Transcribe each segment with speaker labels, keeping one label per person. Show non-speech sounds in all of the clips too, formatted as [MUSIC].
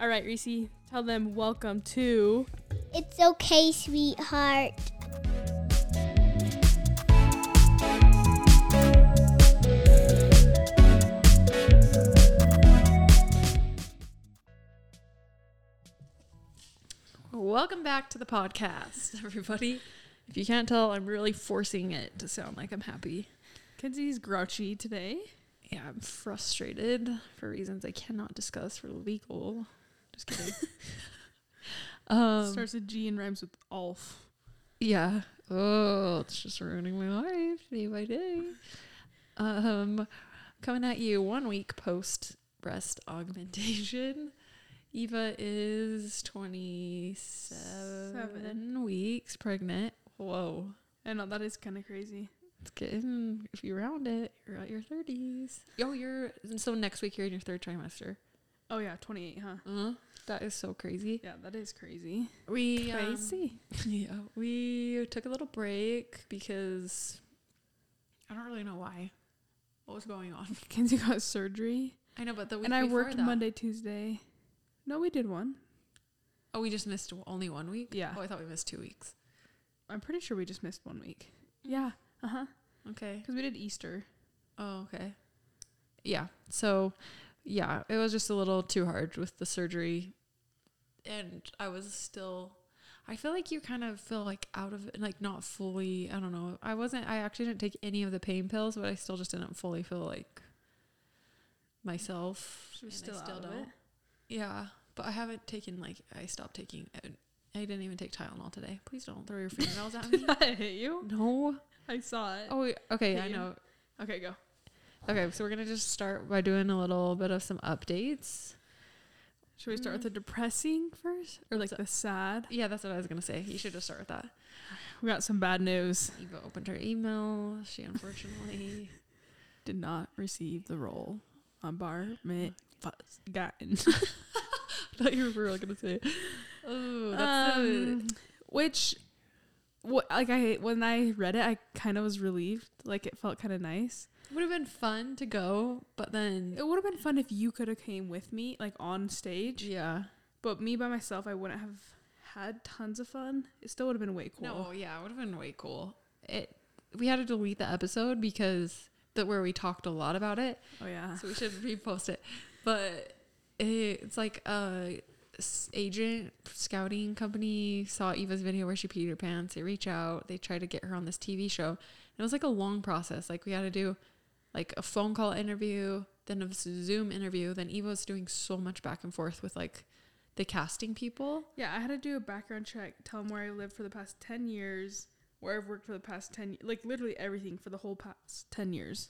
Speaker 1: All right, Reese, tell them welcome to.
Speaker 2: It's okay, sweetheart.
Speaker 3: Welcome back to the podcast, [LAUGHS] everybody. If you can't tell, I'm really forcing it to sound like I'm happy.
Speaker 1: Kenzie's grouchy today.
Speaker 3: Yeah, I'm frustrated for reasons I cannot discuss for legal. Just [LAUGHS] kidding. um,
Speaker 1: Starts with G and rhymes with Alf.
Speaker 3: yeah. Oh, it's just ruining my life day by day. Um, coming at you one week post breast augmentation. Eva is 27
Speaker 1: Seven.
Speaker 3: weeks pregnant. Whoa.
Speaker 1: I know that is kind of crazy.
Speaker 3: It's getting, if you round it, you're at your 30s. Oh, you're, so next week you're in your third trimester.
Speaker 1: Oh yeah, 28, huh?
Speaker 3: Uh-huh. That is so crazy.
Speaker 1: Yeah, that is crazy.
Speaker 3: We, um,
Speaker 1: [LAUGHS]
Speaker 3: yeah, [LAUGHS] we took a little break because I don't really know why. What was going on? [LAUGHS]
Speaker 1: Kenzie got surgery,
Speaker 3: I know, but the week
Speaker 1: and I
Speaker 3: before
Speaker 1: worked
Speaker 3: that-
Speaker 1: Monday, Tuesday. No, we did one.
Speaker 3: Oh, we just missed only one week?
Speaker 1: Yeah.
Speaker 3: Oh, I thought we missed two weeks.
Speaker 1: I'm pretty sure we just missed one week. Yeah, uh
Speaker 3: Uh-huh.
Speaker 1: huh.
Speaker 3: Okay.
Speaker 1: Because we did Easter.
Speaker 3: Oh, okay. Yeah. So, yeah, it was just a little too hard with the surgery. And I was still, I feel like you kind of feel like out of it, like not fully, I don't know. I wasn't, I actually didn't take any of the pain pills, but I still just didn't fully feel like myself.
Speaker 1: She was
Speaker 3: and I
Speaker 1: still out of it.
Speaker 3: Yeah. But I haven't taken, like, I stopped taking, I I didn't even take Tylenol today. Please don't
Speaker 1: [LAUGHS]
Speaker 3: throw your fingernails at me.
Speaker 1: I hit you.
Speaker 3: No.
Speaker 1: I saw it.
Speaker 3: Oh, okay.
Speaker 1: Hit
Speaker 3: I
Speaker 1: you.
Speaker 3: know.
Speaker 1: Okay, go.
Speaker 3: Okay, so we're gonna just start by doing a little bit of some updates.
Speaker 1: Should we start with the depressing first, or like
Speaker 3: So-
Speaker 1: the sad?
Speaker 3: Yeah, that's what I was gonna say. You should just start with that.
Speaker 1: We got some bad news.
Speaker 3: Eva opened her email. She [LAUGHS] unfortunately
Speaker 1: Did not receive the role on Bar Mit Fuzz Gotten. [LAUGHS]
Speaker 3: thought you were really gonna say. Oh, that's
Speaker 1: um, which wha- like i when i read it i kind of was relieved like it felt kind of nice
Speaker 3: would have been fun to go, but then
Speaker 1: it would have been fun if you could have came with me like on stage
Speaker 3: yeah,
Speaker 1: but me by myself i wouldn't have had tons of fun it still would have been way cool
Speaker 3: no, yeah, it would have been way cool. It we had to delete the episode because that where we talked a lot about it.
Speaker 1: oh yeah
Speaker 3: so we should repost it. But it's like a s- agent scouting company saw Eva's video where she peed her pants. They reach out. They try to get her on this TV show. And it was like a long process. Like we had to do like a phone call interview, then a s- Zoom interview. Then Eva was doing so much back and forth with like the casting people.
Speaker 1: yeah i had to do a background check tell them where i lived for the past 10 years where i've worked for the past 10 y- like literally everything for the whole past 10 years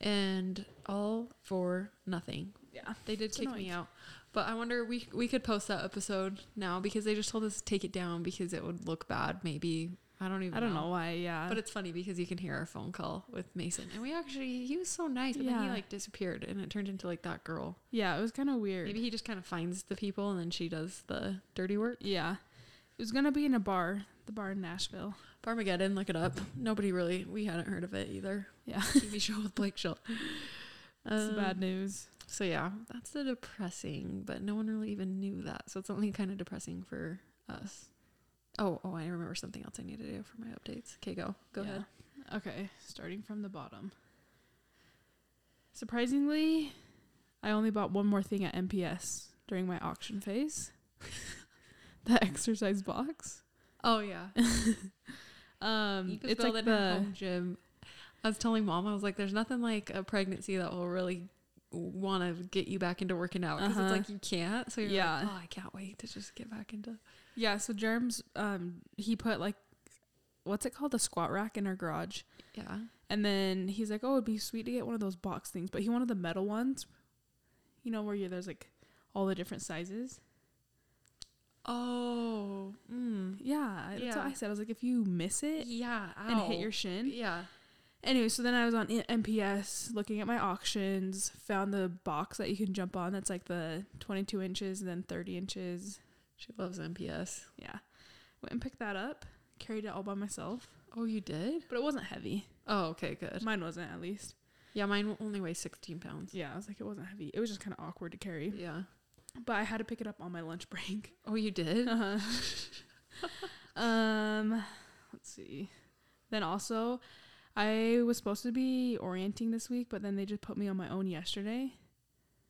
Speaker 3: and all for nothing.
Speaker 1: Yeah.
Speaker 3: They did
Speaker 1: It's
Speaker 3: kick
Speaker 1: annoying.
Speaker 3: me out. But I wonder we we could post that episode now because they just told us to take it down because it would look bad maybe. I don't even
Speaker 1: i don't know why yeah
Speaker 3: But it's funny because you can hear our phone call with Mason. And we actually he was so nice, but then he
Speaker 1: Yeah.
Speaker 3: like disappeared and it turned into like that girl.
Speaker 1: yeah it was kind of weird
Speaker 3: Maybe he just kind of finds the people and then she does the dirty work.
Speaker 1: yeah it was gonna be in a bar the bar in nashville
Speaker 3: Farmageddon, look it up. Nobody really we hadn't heard of it either.
Speaker 1: Yeah.
Speaker 3: TV show with Blake Shelton.
Speaker 1: It's
Speaker 3: Um,
Speaker 1: bad news.
Speaker 3: So yeah, that's the depressing, but no one really even knew that. So it's only kind of depressing for us. Oh, oh, I remember something else I need to do for my updates. Okay, go. Go
Speaker 1: Yeah.
Speaker 3: ahead.
Speaker 1: Okay, starting from the bottom. Surprisingly, I only bought one more thing at MPS during my auction phase. [LAUGHS] the exercise box.
Speaker 3: Oh [LAUGHS] yeah.
Speaker 1: Um, it's like
Speaker 3: the
Speaker 1: the
Speaker 3: gym. I was telling mom, I was like, there's nothing like a pregnancy that will really want to get you back into working out because
Speaker 1: Uh-huh.
Speaker 3: it's like you can't. So you're
Speaker 1: Yeah.
Speaker 3: like, oh, I can't wait to just get back into.
Speaker 1: yeah. So germs. Um, he put like, what's it called, the squat rack in our garage,
Speaker 3: Yeah.
Speaker 1: and then he's like, oh, it'd be sweet to get one of those box things, but he wanted the metal ones. You know where you there's like all the different sizes.
Speaker 3: Oh. Mm.
Speaker 1: Yeah, that's
Speaker 3: Yeah.
Speaker 1: what I said. I was like, if you miss it
Speaker 3: Yeah.
Speaker 1: and hit
Speaker 3: ow.
Speaker 1: your shin.
Speaker 3: Yeah.
Speaker 1: Anyway, so then I was on I- MPS looking at my auctions, found the box that you can jump on that's like the 22 inches and then 30 inches.
Speaker 3: She loves MPS.
Speaker 1: Yeah. Went and picked that up, carried it all by myself,
Speaker 3: Oh, you did?
Speaker 1: but it wasn't heavy.
Speaker 3: Oh, okay, good.
Speaker 1: Mine wasn't, at least.
Speaker 3: Yeah, mine only weighs 16 pounds.
Speaker 1: Yeah, I was like, it wasn't heavy. It was just kind of awkward to carry.
Speaker 3: Yeah.
Speaker 1: but I had to pick it up on my lunch
Speaker 3: [LAUGHS]
Speaker 1: break.
Speaker 3: Oh, you did?
Speaker 1: Uh-huh. um, let's see. Then also, I was supposed to be orienting this week, but then they just put me on my own yesterday,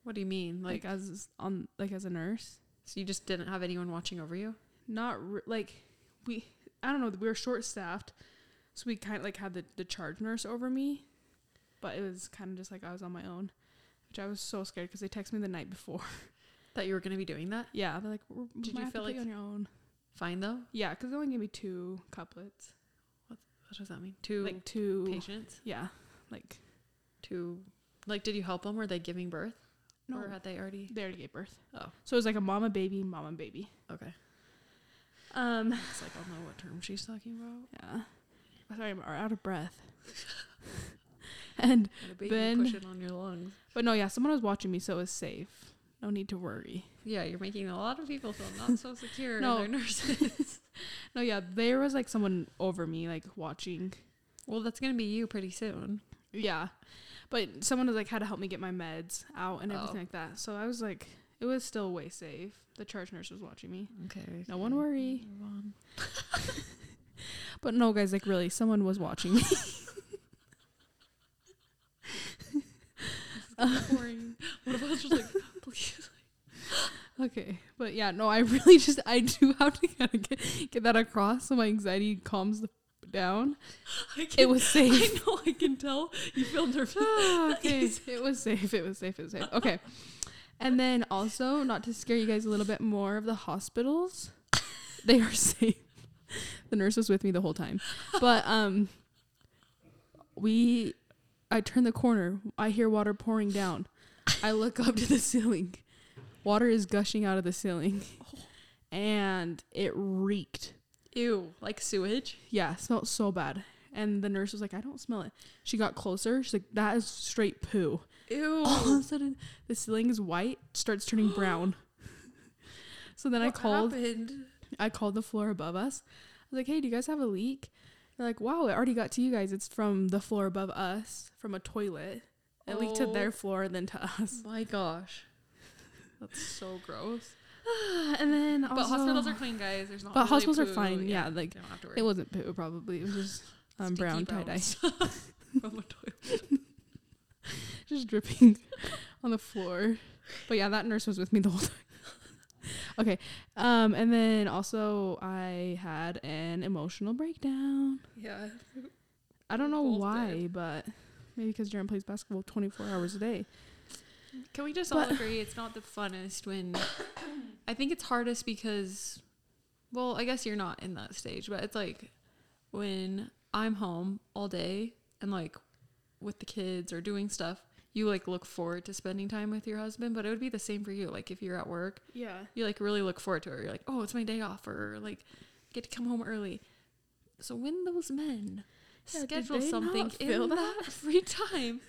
Speaker 3: What do you mean?
Speaker 1: like
Speaker 3: Like,
Speaker 1: as on like as a nurse.
Speaker 3: so you just didn't have anyone watching over you?
Speaker 1: Not re- like we. I don't know. We were short staffed, so we kind of like had the the charge nurse over me, but it was kind of just like I was on my own, which I was so scared because they texted me the night before. [LAUGHS]
Speaker 3: That you were going to be doing that?
Speaker 1: yeah, they're like, "We're- we
Speaker 3: Did
Speaker 1: might
Speaker 3: you
Speaker 1: have to
Speaker 3: feel
Speaker 1: put
Speaker 3: like-
Speaker 1: on your own?
Speaker 3: Fine though.
Speaker 1: Yeah, because they only gave me two couplets,
Speaker 3: What does that mean? Two
Speaker 1: like two
Speaker 3: patients?
Speaker 1: Yeah, like
Speaker 3: Two. Like, did you help them? Were they giving birth?
Speaker 1: no,
Speaker 3: Or had they already?
Speaker 1: they already gave birth.
Speaker 3: Oh.
Speaker 1: so it was like a mama baby, mama baby.
Speaker 3: [LAUGHS] Okay.
Speaker 1: Um,
Speaker 3: It's like, I don't know what term she's talking [LAUGHS] about.
Speaker 1: yeah. I'm Sorry, I'm out of breath. and
Speaker 3: Had a baby
Speaker 1: Ben-
Speaker 3: pushing on your lungs.
Speaker 1: but no, yeah, someone was watching me, so it was safe. No need to worry.
Speaker 3: Yeah, you're making a lot of people feel not so secure.
Speaker 1: No.
Speaker 3: no, they're nurses.
Speaker 1: No, yeah, there was like someone over me, like watching.
Speaker 3: [LAUGHS] well, that's gonna be you pretty soon.
Speaker 1: Yeah, but someone was like had to help me get my meds out and
Speaker 3: Oh.
Speaker 1: everything like that. So I was like, it was still way safe. The charge nurse was watching me.
Speaker 3: Okay.
Speaker 1: No one worry.
Speaker 3: Move on.
Speaker 1: But no, guys, like really, someone was watching me.
Speaker 3: Boring. [LAUGHS] what if I was just like, please?
Speaker 1: Okay, but yeah, no, I [LAUGHS] really just I do have to kind of get, get that across so my anxiety calms the f- down.
Speaker 3: [LAUGHS] I
Speaker 1: It
Speaker 3: can,
Speaker 1: was
Speaker 3: I
Speaker 1: safe.
Speaker 3: know. I can tell you feel nervous.
Speaker 1: [LAUGHS] Ah, okay, it was safe. It was safe. It was safe. Okay, and then also not to scare you guys a little bit more of the [LAUGHS] hospitals, they are safe. The nurse was with me the whole time, but um, we, I turn the corner, I hear water pouring down, I look up to the ceiling, water is gushing out of the ceiling, and it reeked.
Speaker 3: Ew, like sewage.
Speaker 1: Yeah, it smelled so bad. And the nurse was like, I don't smell it. She got closer. She's like, that is straight poo. [LAUGHS] All of
Speaker 3: Ew.
Speaker 1: a sudden, the ceiling is white, starts turning [LAUGHS] brown. so then I called.
Speaker 3: Happened?
Speaker 1: I called the floor above us. I was like, hey, do you guys have a leak? They're like, wow, it already got to you guys. It's from the floor above us, from a toilet. It leaked to
Speaker 3: Oh.
Speaker 1: their floor and then to us.
Speaker 3: My gosh, that's so gross.
Speaker 1: [SIGHS] [LAUGHS] and then also,
Speaker 3: but
Speaker 1: [LAUGHS]
Speaker 3: hospitals are clean, guys. There's not.
Speaker 1: But
Speaker 3: really
Speaker 1: hospitals are
Speaker 3: poo.
Speaker 1: fine, yeah, like,
Speaker 3: you don't have to worry.
Speaker 1: It wasn't poo, probably. It was just um,
Speaker 3: Stinky
Speaker 1: brown tie dye.
Speaker 3: bowels. [LAUGHS]
Speaker 1: [LAUGHS]
Speaker 3: From a toilet.
Speaker 1: just dripping [LAUGHS] on the floor. But yeah, that nurse was with me the whole time. [LAUGHS] okay. Um, and then also I had an emotional breakdown.
Speaker 3: Yeah.
Speaker 1: I don't know
Speaker 3: Both
Speaker 1: why,
Speaker 3: did.
Speaker 1: but maybe because Jaren plays basketball 24 hours a day.
Speaker 3: Can we just
Speaker 1: But-
Speaker 3: all agree it's not the funnest when I think it's hardest because well, I guess you're not in that stage, but it's like when I'm home all day and like with the kids or doing stuff, you like look forward to spending time with your husband, but it would be the same for you. Like if you're at work,
Speaker 1: Yeah.
Speaker 3: you like really look forward to it. You're like, "Oh, it's my day off," or like get to come home early. So when those men
Speaker 1: Yeah, did
Speaker 3: schedule
Speaker 1: they
Speaker 3: something
Speaker 1: not feel
Speaker 3: in that [LAUGHS] free time,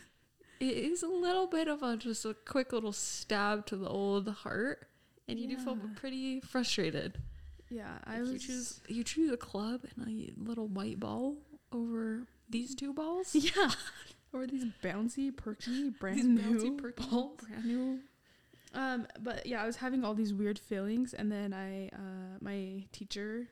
Speaker 3: it is a little bit of a just a quick little stab to the old heart, and you do feel
Speaker 1: Yeah.
Speaker 3: pretty frustrated.
Speaker 1: Yeah. I
Speaker 3: Like, you choose you choose a club and a little white ball over these two
Speaker 1: [LAUGHS]
Speaker 3: balls.
Speaker 1: Yeah. or these bouncy, [LAUGHS] perky, brand
Speaker 3: these
Speaker 1: new.
Speaker 3: bouncy perky brand new.
Speaker 1: Um, but yeah, I was having all these weird feelings, and then I, uh, my teacher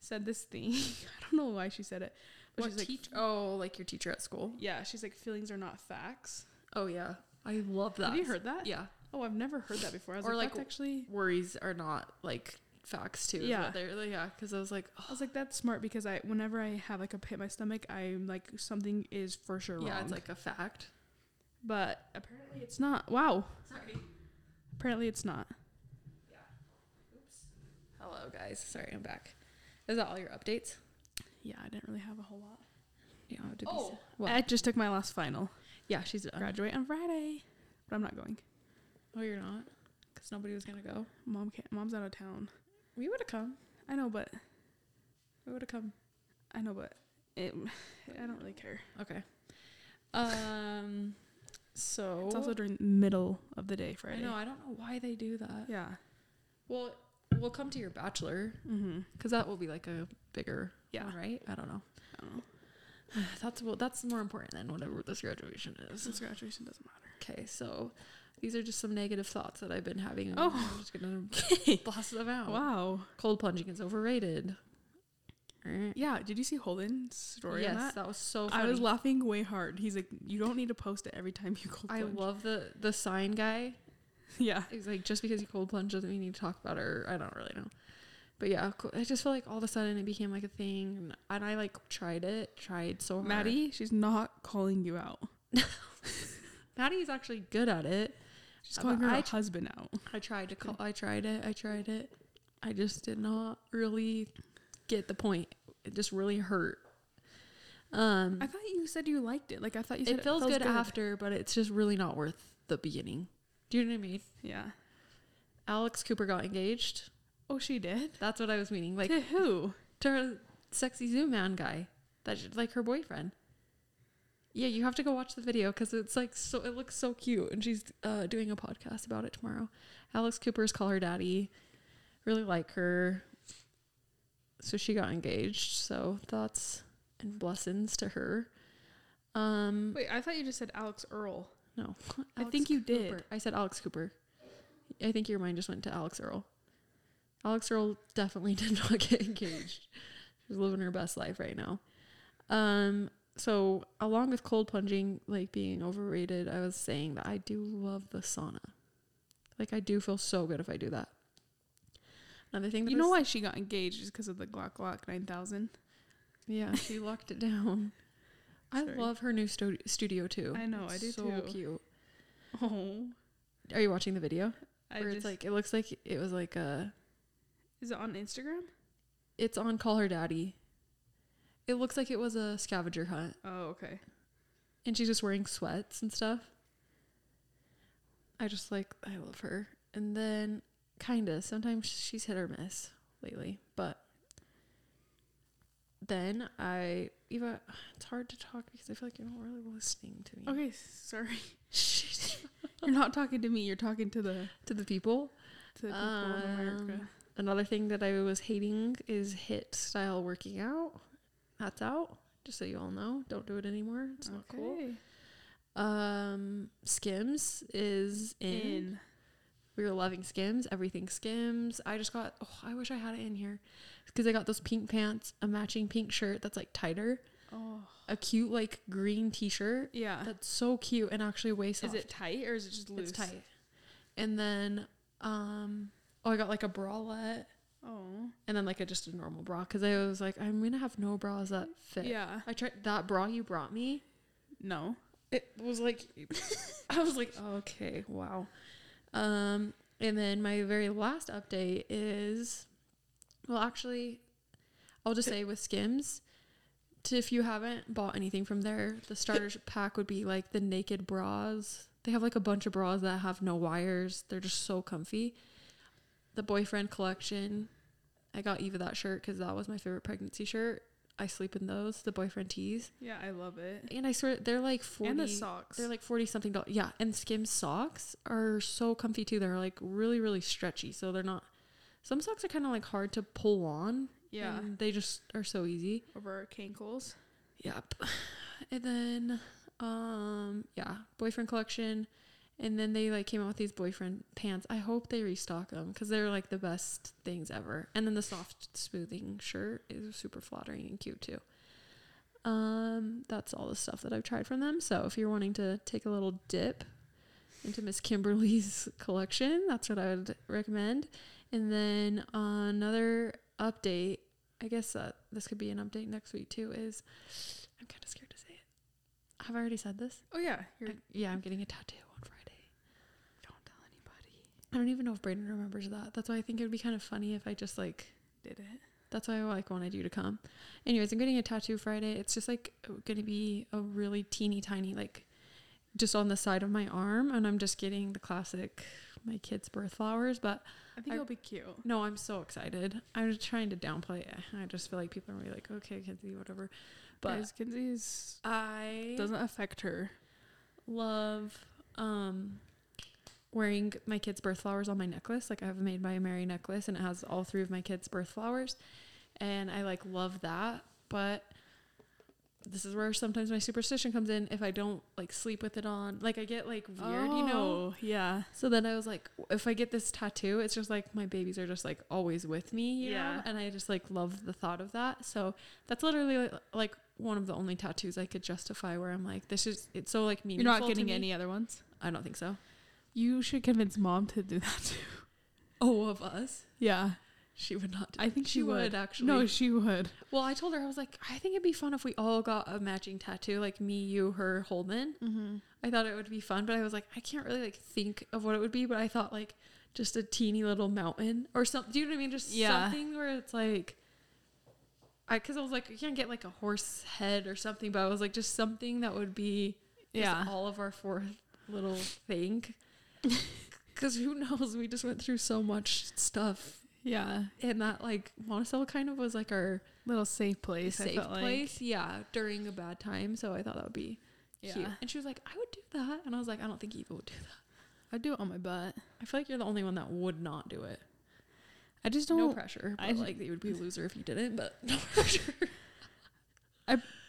Speaker 1: said this thing. [LAUGHS] I don't know why she said it, but she's like,
Speaker 3: teach- oh, like your teacher at school.
Speaker 1: yeah, she's like, feelings are not facts.
Speaker 3: Oh yeah, I love that.
Speaker 1: Have you heard that?
Speaker 3: Yeah.
Speaker 1: Oh, I've never heard that before. I was
Speaker 3: Or,
Speaker 1: like,
Speaker 3: like,
Speaker 1: that's actually.
Speaker 3: worries are not like facts too.
Speaker 1: Yeah.
Speaker 3: Yeah, they're, they yeah. Because I was like, oh,
Speaker 1: I was like, that's smart because I, whenever I have like a pit in my stomach, I'm like, something is for sure wrong.
Speaker 3: yeah, it's like a fact.
Speaker 1: but apparently it's not. Wow.
Speaker 3: Sorry.
Speaker 1: Apparently it's not.
Speaker 3: Hello guys. Sorry, I'm back. Is that all your updates?
Speaker 1: Yeah, I didn't really have a whole lot.
Speaker 3: Yeah.
Speaker 1: Oh.
Speaker 3: What?
Speaker 1: I just took my last final.
Speaker 3: yeah, she's done.
Speaker 1: Graduate on Friday, but I'm not going.
Speaker 3: Oh, you're not. Because nobody was gonna go.
Speaker 1: Mom can't. Mom's out of town.
Speaker 3: We would have come.
Speaker 1: I know, but
Speaker 3: We would have come.
Speaker 1: I know, but it, I don't really care.
Speaker 3: Okay. Um. So.
Speaker 1: It's also during the middle of the day,
Speaker 3: I
Speaker 1: Friday.
Speaker 3: know. I don't know why they do that.
Speaker 1: Yeah.
Speaker 3: Well, we'll come to your bachelor
Speaker 1: Mm-hmm.
Speaker 3: because that will be like a bigger.
Speaker 1: Yeah.
Speaker 3: one, right. I don't know. [SIGHS]
Speaker 1: I don't know.
Speaker 3: That's well. That's more important than whatever this graduation is.
Speaker 1: Since graduation doesn't matter.
Speaker 3: Okay, so These are just some negative thoughts that I've been having. and
Speaker 1: Oh.
Speaker 3: I'm just
Speaker 1: [LAUGHS]
Speaker 3: gonna blast them out.
Speaker 1: Wow.
Speaker 3: Cold plunging is overrated. Er,
Speaker 1: Yeah. Did you see Holden's story
Speaker 3: yes,
Speaker 1: on
Speaker 3: that?
Speaker 1: that?
Speaker 3: was so funny.
Speaker 1: I was laughing way hard. He's like, you don't need to post it every time you cold
Speaker 3: I
Speaker 1: plunge."
Speaker 3: love the the sign guy.
Speaker 1: [LAUGHS] Yeah.
Speaker 3: He's like, just because you cold plunge doesn't mean you need to talk about it. Or I don't really know. But yeah, co- I just feel like all of a sudden it became like a thing, and, and I like tried it, tried so hard.
Speaker 1: Maddie, she's not calling you out.
Speaker 3: Maddie's actually good at it.
Speaker 1: She's
Speaker 3: Uh,
Speaker 1: calling her
Speaker 3: I tr-
Speaker 1: husband out.
Speaker 3: I tried to
Speaker 1: Mm.
Speaker 3: call. I tried it. I tried it. I just did not really get the point. It just really hurt. Um,
Speaker 1: I thought you said you liked it. Like I thought you said
Speaker 3: it feels good, after, but it's just really not worth the beginning. Do you know what I mean?
Speaker 1: Yeah.
Speaker 3: Alex Cooper got engaged.
Speaker 1: Oh, she did.
Speaker 3: That's what I was meaning. Like
Speaker 1: to [LAUGHS] who?
Speaker 3: to her sexy zoo man guy. That's like her boyfriend. Yeah, you have to go watch the video because it's like so. It looks so cute, and she's uh, doing a podcast about it tomorrow. Alex Cooper's call her daddy. Really like her. So she got engaged. So thoughts and blessings to her. Um,
Speaker 1: Wait, I thought you just said Alex Earl.
Speaker 3: no,
Speaker 1: I think you did.
Speaker 3: Cooper. I said Alex Cooper. I think your mind just went to Alex Earl. Alex Earl definitely [LAUGHS] did not get engaged. She's living her best life right now. Um, so along with cold plunging like being overrated, I was saying that I do love the sauna. Like I do feel so good if I do that. Another thing that
Speaker 1: You know
Speaker 3: what?
Speaker 1: why she got engaged? Just because of the Glock Glock 9000. [LAUGHS]
Speaker 3: Yeah, she locked it down. I
Speaker 1: Sorry.
Speaker 3: love her new sto- studio too.
Speaker 1: I know,
Speaker 3: It's
Speaker 1: I do
Speaker 3: so
Speaker 1: too.
Speaker 3: cute.
Speaker 1: [LAUGHS] Oh,
Speaker 3: Are you watching the video?
Speaker 1: I
Speaker 3: Where
Speaker 1: just
Speaker 3: it's
Speaker 1: like.
Speaker 3: like it looks like it was like a
Speaker 1: Is it on Instagram?
Speaker 3: It's on Call Her Daddy. It looks like it was a scavenger hunt,
Speaker 1: Oh, okay.
Speaker 3: and she's just wearing sweats and stuff. I just like I love her, and then kinda sometimes she's hit or miss lately, but then I Eva, it's hard to talk because I feel like you're not really listening to me.
Speaker 1: Okay, [LAUGHS] sorry. you're not talking to me. You're talking to the
Speaker 3: [LAUGHS] to the people.
Speaker 1: to the people in America.
Speaker 3: Um, Another thing that I was hating is hit style working out. That's out. Just so you all know, don't do it anymore. It's not cool.
Speaker 1: Okay.
Speaker 3: Um, Skims is in.
Speaker 1: In.
Speaker 3: We were loving Skims. Everything Skims. I just got. Oh, I wish I had it in here because I got those pink pants, a matching pink shirt that's like tighter,
Speaker 1: Oh,
Speaker 3: a cute like green T-shirt
Speaker 1: yeah.
Speaker 3: that's so cute and actually way
Speaker 1: Is
Speaker 3: soft.
Speaker 1: it tight or is it just loose?
Speaker 3: It's tight. And then, um, oh, I got like a bralette
Speaker 1: Oh,
Speaker 3: and then like a just a normal bra because I was like, I'm gonna have no bras that fit.
Speaker 1: yeah.
Speaker 3: I tried that bra you brought me. [LAUGHS]
Speaker 1: No.
Speaker 3: it was like i was like okay wow um and then my very last update is well actually i'll just say with skims to, if you haven't bought anything from there the starter pack would be like the naked bras they have like a bunch of bras that have no wires they're just so comfy the boyfriend collection i got eva that shirt because that was my favorite pregnancy shirt i sleep in those the boyfriend tees
Speaker 1: Yeah, I love it.
Speaker 3: and I swear they're like forty.
Speaker 1: And the socks.
Speaker 3: They're like forty something dollars. Yeah, and Skims socks are so comfy too. They're like really really stretchy, so they're not. Some socks are kind of like hard to pull on.
Speaker 1: yeah.
Speaker 3: and they just are so easy.
Speaker 1: Over cankles.
Speaker 3: Yep. And then, um, yeah, boyfriend collection, and then they like came out with these boyfriend pants. I hope they restock them because they're like the best things ever. And then the soft smoothing shirt is super flattering and cute too. Um, that's all the stuff that I've tried from them. So if you're wanting to take a little dip into Miss Kimberly's [LAUGHS] collection, that's what I would recommend. And then another update, I guess uh, this could be an update next week too. Is I'm kind of scared to say it. Have I already said this?
Speaker 1: Oh yeah. You're,
Speaker 3: I- yeah, I'm getting a tattoo on Friday.
Speaker 1: don't tell anybody.
Speaker 3: I don't even know if Brayden remembers that. That's why I think it would be kind of funny if I just like
Speaker 1: Did it?
Speaker 3: That's why I like wanted you to come. Anyways, I'm getting a tattoo Friday. It's just like gonna be a really teeny tiny like just on the side of my arm and I'm just getting the classic my kid's birth flowers, but
Speaker 1: I think
Speaker 3: I-
Speaker 1: it'll be cute.
Speaker 3: no, I'm so excited. I'm just trying to downplay it. I just feel like people are gonna be like, Okay, Kinsey, whatever. But
Speaker 1: Guys, Kinsey's
Speaker 3: I
Speaker 1: doesn't affect her.
Speaker 3: love um wearing my kids' birth flowers on my necklace. Like I have a made by Mary necklace and it has all three of my kids' birth flowers. And I like love that. But this is where sometimes my superstition comes in. If I don't like sleep with it on, like I get like weird, you know.
Speaker 1: Oh, Yeah.
Speaker 3: So then I was like, w- if I get this tattoo, it's just like my babies are just like always with me, you
Speaker 1: Yeah.
Speaker 3: know? And I just like love the thought of that. So that's literally li- like one of the only tattoos I could justify where I'm like, this is it's so like
Speaker 1: You're
Speaker 3: meaningful.
Speaker 1: not
Speaker 3: to
Speaker 1: getting
Speaker 3: me.
Speaker 1: any other ones.
Speaker 3: I don't think so.
Speaker 1: You should convince mom to do that too. [LAUGHS]
Speaker 3: Oh, of us,
Speaker 1: Yeah.
Speaker 3: she would not. Do
Speaker 1: I think
Speaker 3: that.
Speaker 1: she, would.
Speaker 3: actually.
Speaker 1: No, she would.
Speaker 3: well, I told her I was like, I think it'd be fun if we all got a matching tattoo, like me, you, her, Holden.
Speaker 1: Mm-hmm.
Speaker 3: I thought it would be fun, but I was like, I can't really like think of what it would be. But I thought like just a teeny little mountain or something. Do you know what I mean? Just
Speaker 1: Yeah.
Speaker 3: something where it's like, I because I was like, you can't get like a horse head or something. But I was like, just something that would be just
Speaker 1: Yeah.
Speaker 3: all of our fourth
Speaker 1: [LAUGHS]
Speaker 3: little thing. Because who knows? We just went through so much stuff,
Speaker 1: Yeah.
Speaker 3: and that like Monticello kind of was like our
Speaker 1: Little safe place. I
Speaker 3: safe
Speaker 1: felt like.
Speaker 3: place, yeah, during a bad time. So I thought that would be
Speaker 1: Yeah.
Speaker 3: cute. And she was like, I would do that. And I was like, I don't think Eva would do that.
Speaker 1: I'd do it on my butt.
Speaker 3: I feel like you're the only one that would not do it.
Speaker 1: I just don't.
Speaker 3: No pressure. But
Speaker 1: I-
Speaker 3: like you
Speaker 1: [LAUGHS]
Speaker 3: would be a loser if you didn't, but [LAUGHS] no pressure.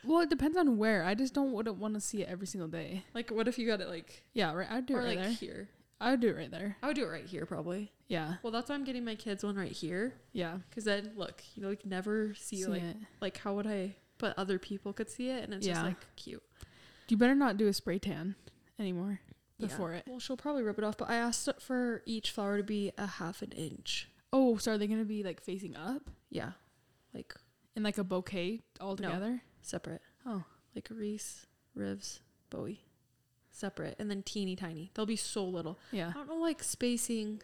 Speaker 1: well, it depends on where. I just don't wouldn't want to see it every single day.
Speaker 3: like what if you got it like
Speaker 1: Yeah. Right. I'd do
Speaker 3: or
Speaker 1: it right
Speaker 3: like
Speaker 1: there.
Speaker 3: here?
Speaker 1: I'd do it right there.
Speaker 3: I would do it right here probably.
Speaker 1: Yeah.
Speaker 3: Well that's why I'm getting my kids one right here.
Speaker 1: Yeah.
Speaker 3: Cause then look, you know, like never see,
Speaker 1: See
Speaker 3: like
Speaker 1: it.
Speaker 3: like how would I but other people could see it and it's
Speaker 1: Yeah.
Speaker 3: just like cute.
Speaker 1: You better not do a spray tan anymore
Speaker 3: Yeah.
Speaker 1: before it.
Speaker 3: Well she'll probably rip it off, but I asked for each flower to be a half an inch.
Speaker 1: Oh, so are they gonna be like facing up
Speaker 3: Yeah. Like
Speaker 1: in like a bouquet all together?
Speaker 3: separate.
Speaker 1: Oh,
Speaker 3: like Reese, Rivs, Bowie, separate, and then teeny tiny. They'll be so little. I
Speaker 1: yeah.
Speaker 3: don't know, like spacing.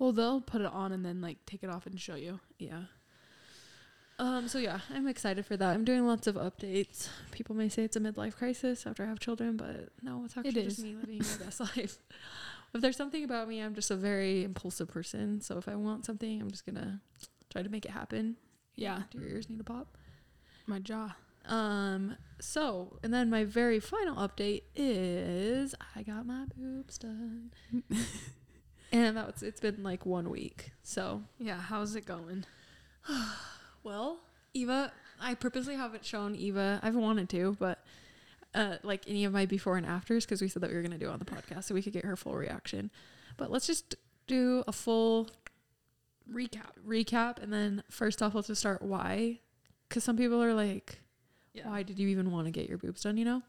Speaker 1: Well, they'll put it on and then like take it off and show you.
Speaker 3: Yeah. Um. So yeah, I'm excited for that. I'm doing lots of updates. People may say it's a midlife crisis after I have children, but no, it's actually just
Speaker 1: is.
Speaker 3: me living my best [LAUGHS] life. If there's something about me, I'm just a very impulsive person. So if I want something, I'm just gonna try to make it happen.
Speaker 1: Yeah,
Speaker 3: Do your ears need to pop?
Speaker 1: my jaw.
Speaker 3: Um. So, and then my very final update is I got my boobs done,
Speaker 1: [LAUGHS]
Speaker 3: and that was it's been like one week. So,
Speaker 1: Yeah, how's it going?
Speaker 3: well, Eva, I purposely haven't shown Eva. I've wanted to, but uh, like any of my before and afters, because we said that we were gonna do it on the podcast, so we could get her full reaction. But let's just do a full
Speaker 1: Recap.
Speaker 3: recap, and then first off, let's just start why, because some people are like.
Speaker 1: Yeah.
Speaker 3: why did you even want to get your boobs done you know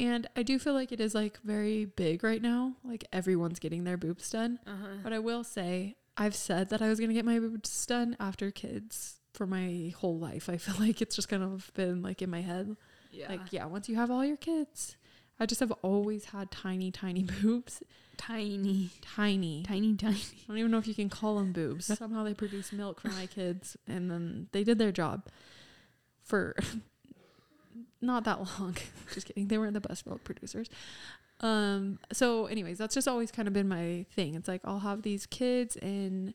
Speaker 3: and i do feel like it is like very big right now like everyone's getting their boobs done
Speaker 1: Uh-huh.
Speaker 3: but i will say i've said that i was going to get my boobs done after kids for my whole life i feel [LAUGHS] like it's just kind of been like in my head
Speaker 1: Yeah.
Speaker 3: like yeah once you have all your kids i just have always had tiny tiny [LAUGHS] boobs
Speaker 1: tiny,
Speaker 3: tiny
Speaker 1: tiny, tiny.
Speaker 3: I don't even know if you can call them boobs. Somehow they produce milk for my kids, and then they did their job for [LAUGHS] not that long. [LAUGHS] just kidding. They weren't the best milk producers. Um. So, anyways, that's just always kind of been my thing. It's like I'll have these kids, and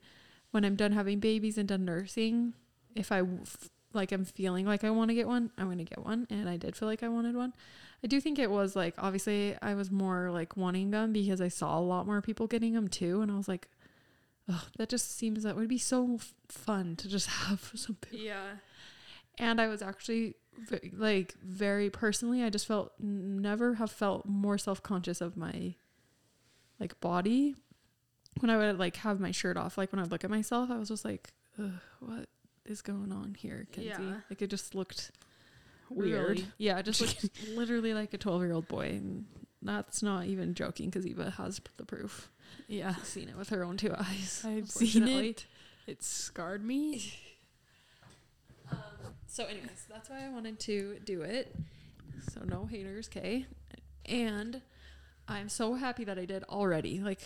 Speaker 3: when I'm done having babies and done nursing, if I w- f- like I'm feeling like I want to get one, I'm gonna get one. And I did feel like I wanted one. I do think it was like obviously I was more like wanting them because I saw a lot more people getting them too, and I was like, oh, that just seems that would be so f- fun to just [LAUGHS] have some. People.
Speaker 1: Yeah.
Speaker 3: And I was actually ve- like very personally, I just felt never have felt more self conscious of my like body when I would like have my shirt off. Like when I would look at myself, I was just like, Ugh, what is going on here, Kenzie?
Speaker 1: Yeah.
Speaker 3: Like it just looked
Speaker 1: Weird.
Speaker 3: really- Yeah,
Speaker 1: [LAUGHS]
Speaker 3: it just looked literally like a 12 year old boy. And that's not even joking because Eva has the proof.
Speaker 1: Yeah.
Speaker 3: I've seen it with her own two eyes.
Speaker 1: I've seen
Speaker 3: unfortunately.
Speaker 1: it. It scarred me. [LAUGHS]
Speaker 3: Um, So, anyways, that's why I wanted to do it. So, no haters, okay? And I'm so happy that I did already. Like,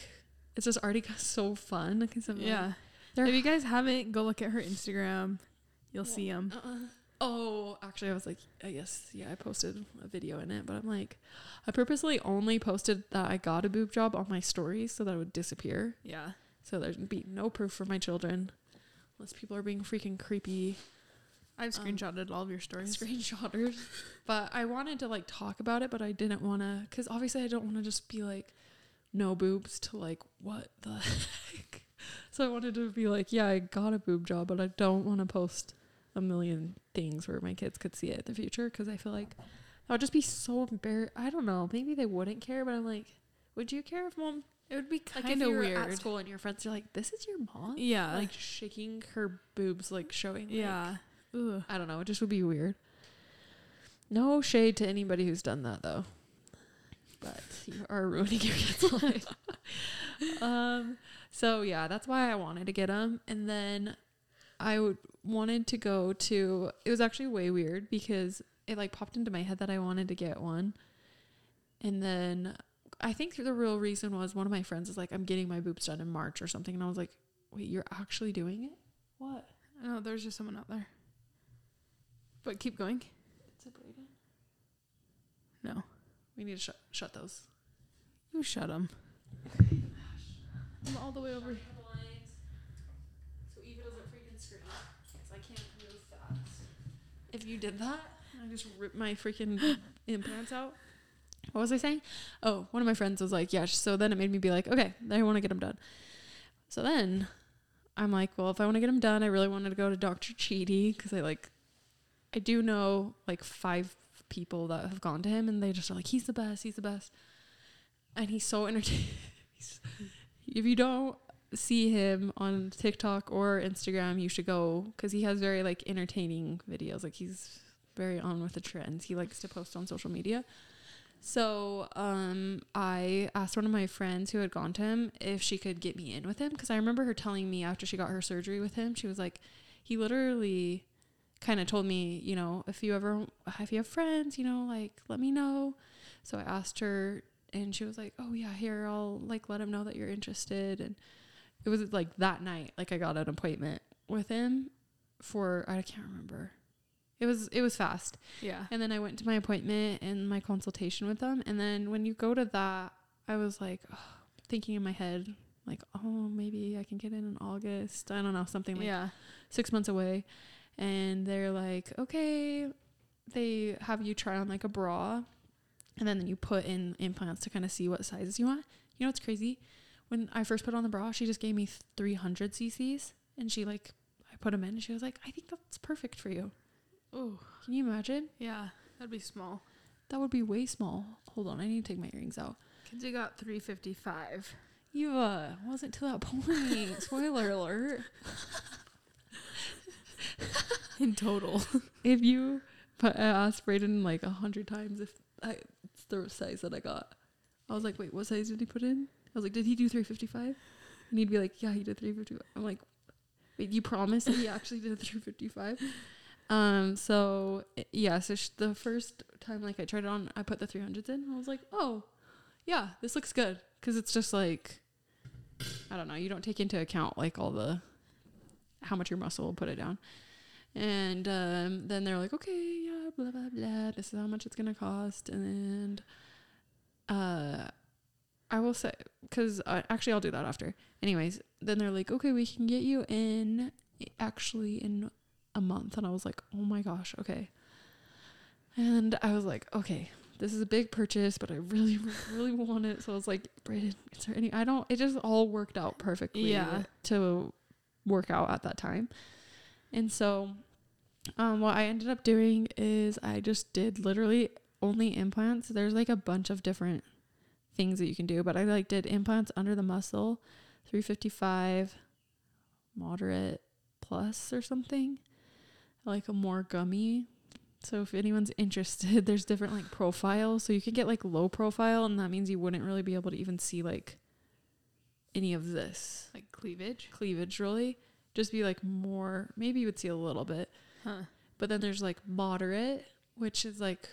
Speaker 3: it's just already got so fun. Because I'm yeah.
Speaker 1: Yeah.
Speaker 3: They're-
Speaker 1: if you guys haven't, go look at her Instagram. You'll see 'em. see them.
Speaker 3: like, uh-uh. oh, actually, I was like, I guess, yeah, I posted a video in it, but I'm like, I purposely only posted that I got a boob job on my story so that it would disappear.
Speaker 1: Yeah.
Speaker 3: So, there'd be no proof for my children. Unless people are being freaking creepy.
Speaker 1: I've
Speaker 3: Um,
Speaker 1: screenshotted all of your stories.
Speaker 3: screenshotters. but I wanted to like talk about it, but I didn't want to because obviously I don't want to just be like no boobs to like what the [LAUGHS] heck. So I wanted to be like, yeah, I got a boob job, but I don't want to post a million things where my kids could see it in the future because I feel like I would just be so embarrassed. I don't know. Maybe they wouldn't care, but I'm like, would you care if mom? It would be
Speaker 1: Like, if
Speaker 3: kind of
Speaker 1: you were
Speaker 3: weird
Speaker 1: at
Speaker 3: at school and your friends are like, "This is your mom,"
Speaker 1: Yeah.
Speaker 3: like shaking her boobs, like showing. like-
Speaker 1: yeah. Ugh.
Speaker 3: I don't know. It just would be weird. No shade to anybody who's done that though, but you are ruining your kid's [LAUGHS] life. um. So yeah, that's why I wanted to get them, and then I would, wanted to go to. It was actually way weird because it like popped into my head that I wanted to get one, and then I think the real reason was one of my friends is like, "I'm getting my boobs done in March or something," and I was like, "Wait, you're actually doing it? What?"
Speaker 1: No, Oh, there's just someone out there. But keep going.
Speaker 3: It's a Brayden.
Speaker 1: No.
Speaker 3: We need to shut shut those.
Speaker 1: You shut him. I'm all the way over.
Speaker 3: So Eva doesn't freaking scream. I can't move fast. If you did that, I just ripped my freaking [LAUGHS] implants out. What was I saying? Oh, one of my friends was like, "Yeah." So then it made me be like, "Okay, I want to get them done." So then I'm like, "Well, if I want to get them done, I really wanted to go to Dr. Cheedy because I like, I do know like five people that have gone to him, and they just are like, he's the best, he's the best, and he's so [LAUGHS] entertaining. if you don't see him on TikTok or Instagram, you should go because he has very like entertaining videos. Like he's very on with the trends. He likes to post on social media. So um, I asked one of my friends who had gone to him if she could get me in with him because I remember her telling me after she got her surgery with him, she was like, he literally kind of told me, you know, if you ever if you have friends, you know, like let me know. So I asked her and she was like, "Oh yeah, here I'll like let him know that you're interested." And it was like that night like I got an appointment with him for I can't remember. It was it was fast.
Speaker 1: Yeah.
Speaker 3: And then I went to my appointment and my consultation with them. And then when you go to that, I was like [SIGHS] "Ugh," thinking in my head, like, oh, maybe I can get in in August. I don't know, something like
Speaker 1: yeah.
Speaker 3: six months away. And they're like, okay, they have you try on like a bra and then you put in implants to kind of see what sizes you want. You know what's crazy? When I first put on the bra, she just gave me 300 cc's and she like, I put them in and she was like, I think that's perfect for you.
Speaker 1: Oh,
Speaker 3: Can you imagine?
Speaker 1: yeah. That'd be small.
Speaker 3: That would be way small. Hold on, I need to take my earrings out.
Speaker 1: Kinsey got 355.
Speaker 3: Eva wasn't to
Speaker 1: [LAUGHS]
Speaker 3: that point. Spoiler alert.
Speaker 1: In total.
Speaker 3: If you, but I asked Brayden like a hundred times if I, it's the size that I got. I was like, wait, what size did he put in? I was like, did he do 355? And he'd be like, yeah, he did 355. I'm like, wait, you promise that he actually did 355? Um, so i- yeah, so sh- the first time like I tried it on, I put the 300s in. I was like, oh, yeah, this looks good because it's just like, I don't know, you don't take into account like all the how much your muscle will put it down. And um, then they're like, okay, yeah, blah blah blah. This is how much it's gonna cost. And uh, I will say, because uh, actually I'll do that after. Anyways, then they're like, okay, we can get you in actually in a month. And I was like, oh my gosh, okay. And I was like, okay, this is a big purchase, but I really, [LAUGHS] really want it. So I was like, Brayden, is there any? I don't. It just all worked out perfectly.
Speaker 1: Yeah.
Speaker 3: To work out at that time. And so, um, what I ended up doing is I just did literally only implants. There's like a bunch of different things that you can do, but I like did implants under the muscle, 355, moderate plus or something, like a more gummy. So if anyone's interested, [LAUGHS] there's different like profiles. So you can get like low profile, and that means you wouldn't really be able to even see like any of this
Speaker 1: Like cleavage.
Speaker 3: cleavage really just be like more maybe you would see a little bit
Speaker 1: Huh.
Speaker 3: but then there's like moderate which is like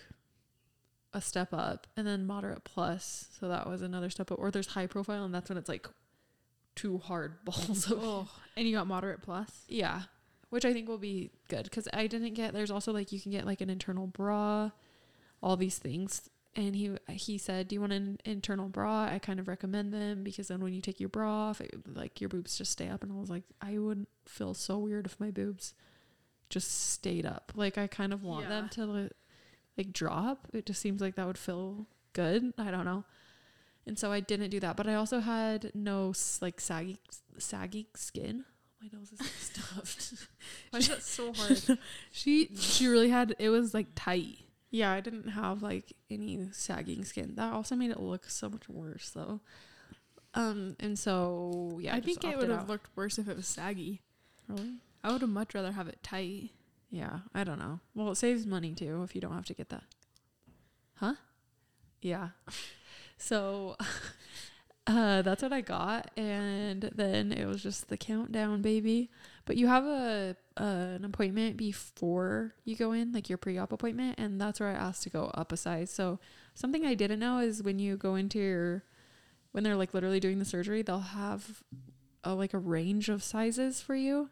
Speaker 3: a step up and then moderate plus so that was another step up or there's high profile and that's when it's like two hard [LAUGHS] balls of
Speaker 1: Oh, and you got moderate plus.
Speaker 3: yeah which i think will be good because i didn't get there's also like you can get like an internal bra all these things and he he said do you want an internal bra i kind of recommend them because then when you take your bra off it, like your boobs just stay up and i was like i would feel so weird if my boobs just stayed up like i kind of want them
Speaker 1: Yeah.
Speaker 3: to li- like drop it just seems like that would feel good i don't know and so i didn't do that but i also had no s- like saggy saggy skin
Speaker 4: My nose
Speaker 1: [LAUGHS]
Speaker 4: is stuffed.
Speaker 3: Why is that so hard?
Speaker 1: She she really had it was like tight.
Speaker 3: yeah, I didn't have like any sagging skin. That also made it look so much worse though. Um, and so yeah,
Speaker 1: I
Speaker 3: just
Speaker 1: think it
Speaker 3: opted
Speaker 1: would have
Speaker 3: out.
Speaker 1: looked worse if it was saggy.
Speaker 3: really.
Speaker 1: I would have much rather have it tight.
Speaker 3: Yeah, I don't know. Well, it saves money too if you don't have to get that. Huh? Yeah. So [LAUGHS] uh that's what I got and then it was just the countdown baby. But you have a uh, an appointment before you go in, like your pre-op appointment, and that's where I asked to go up a size. So something I didn't know is when you go into your when they're like literally doing the surgery, they'll have a, like a range of sizes for you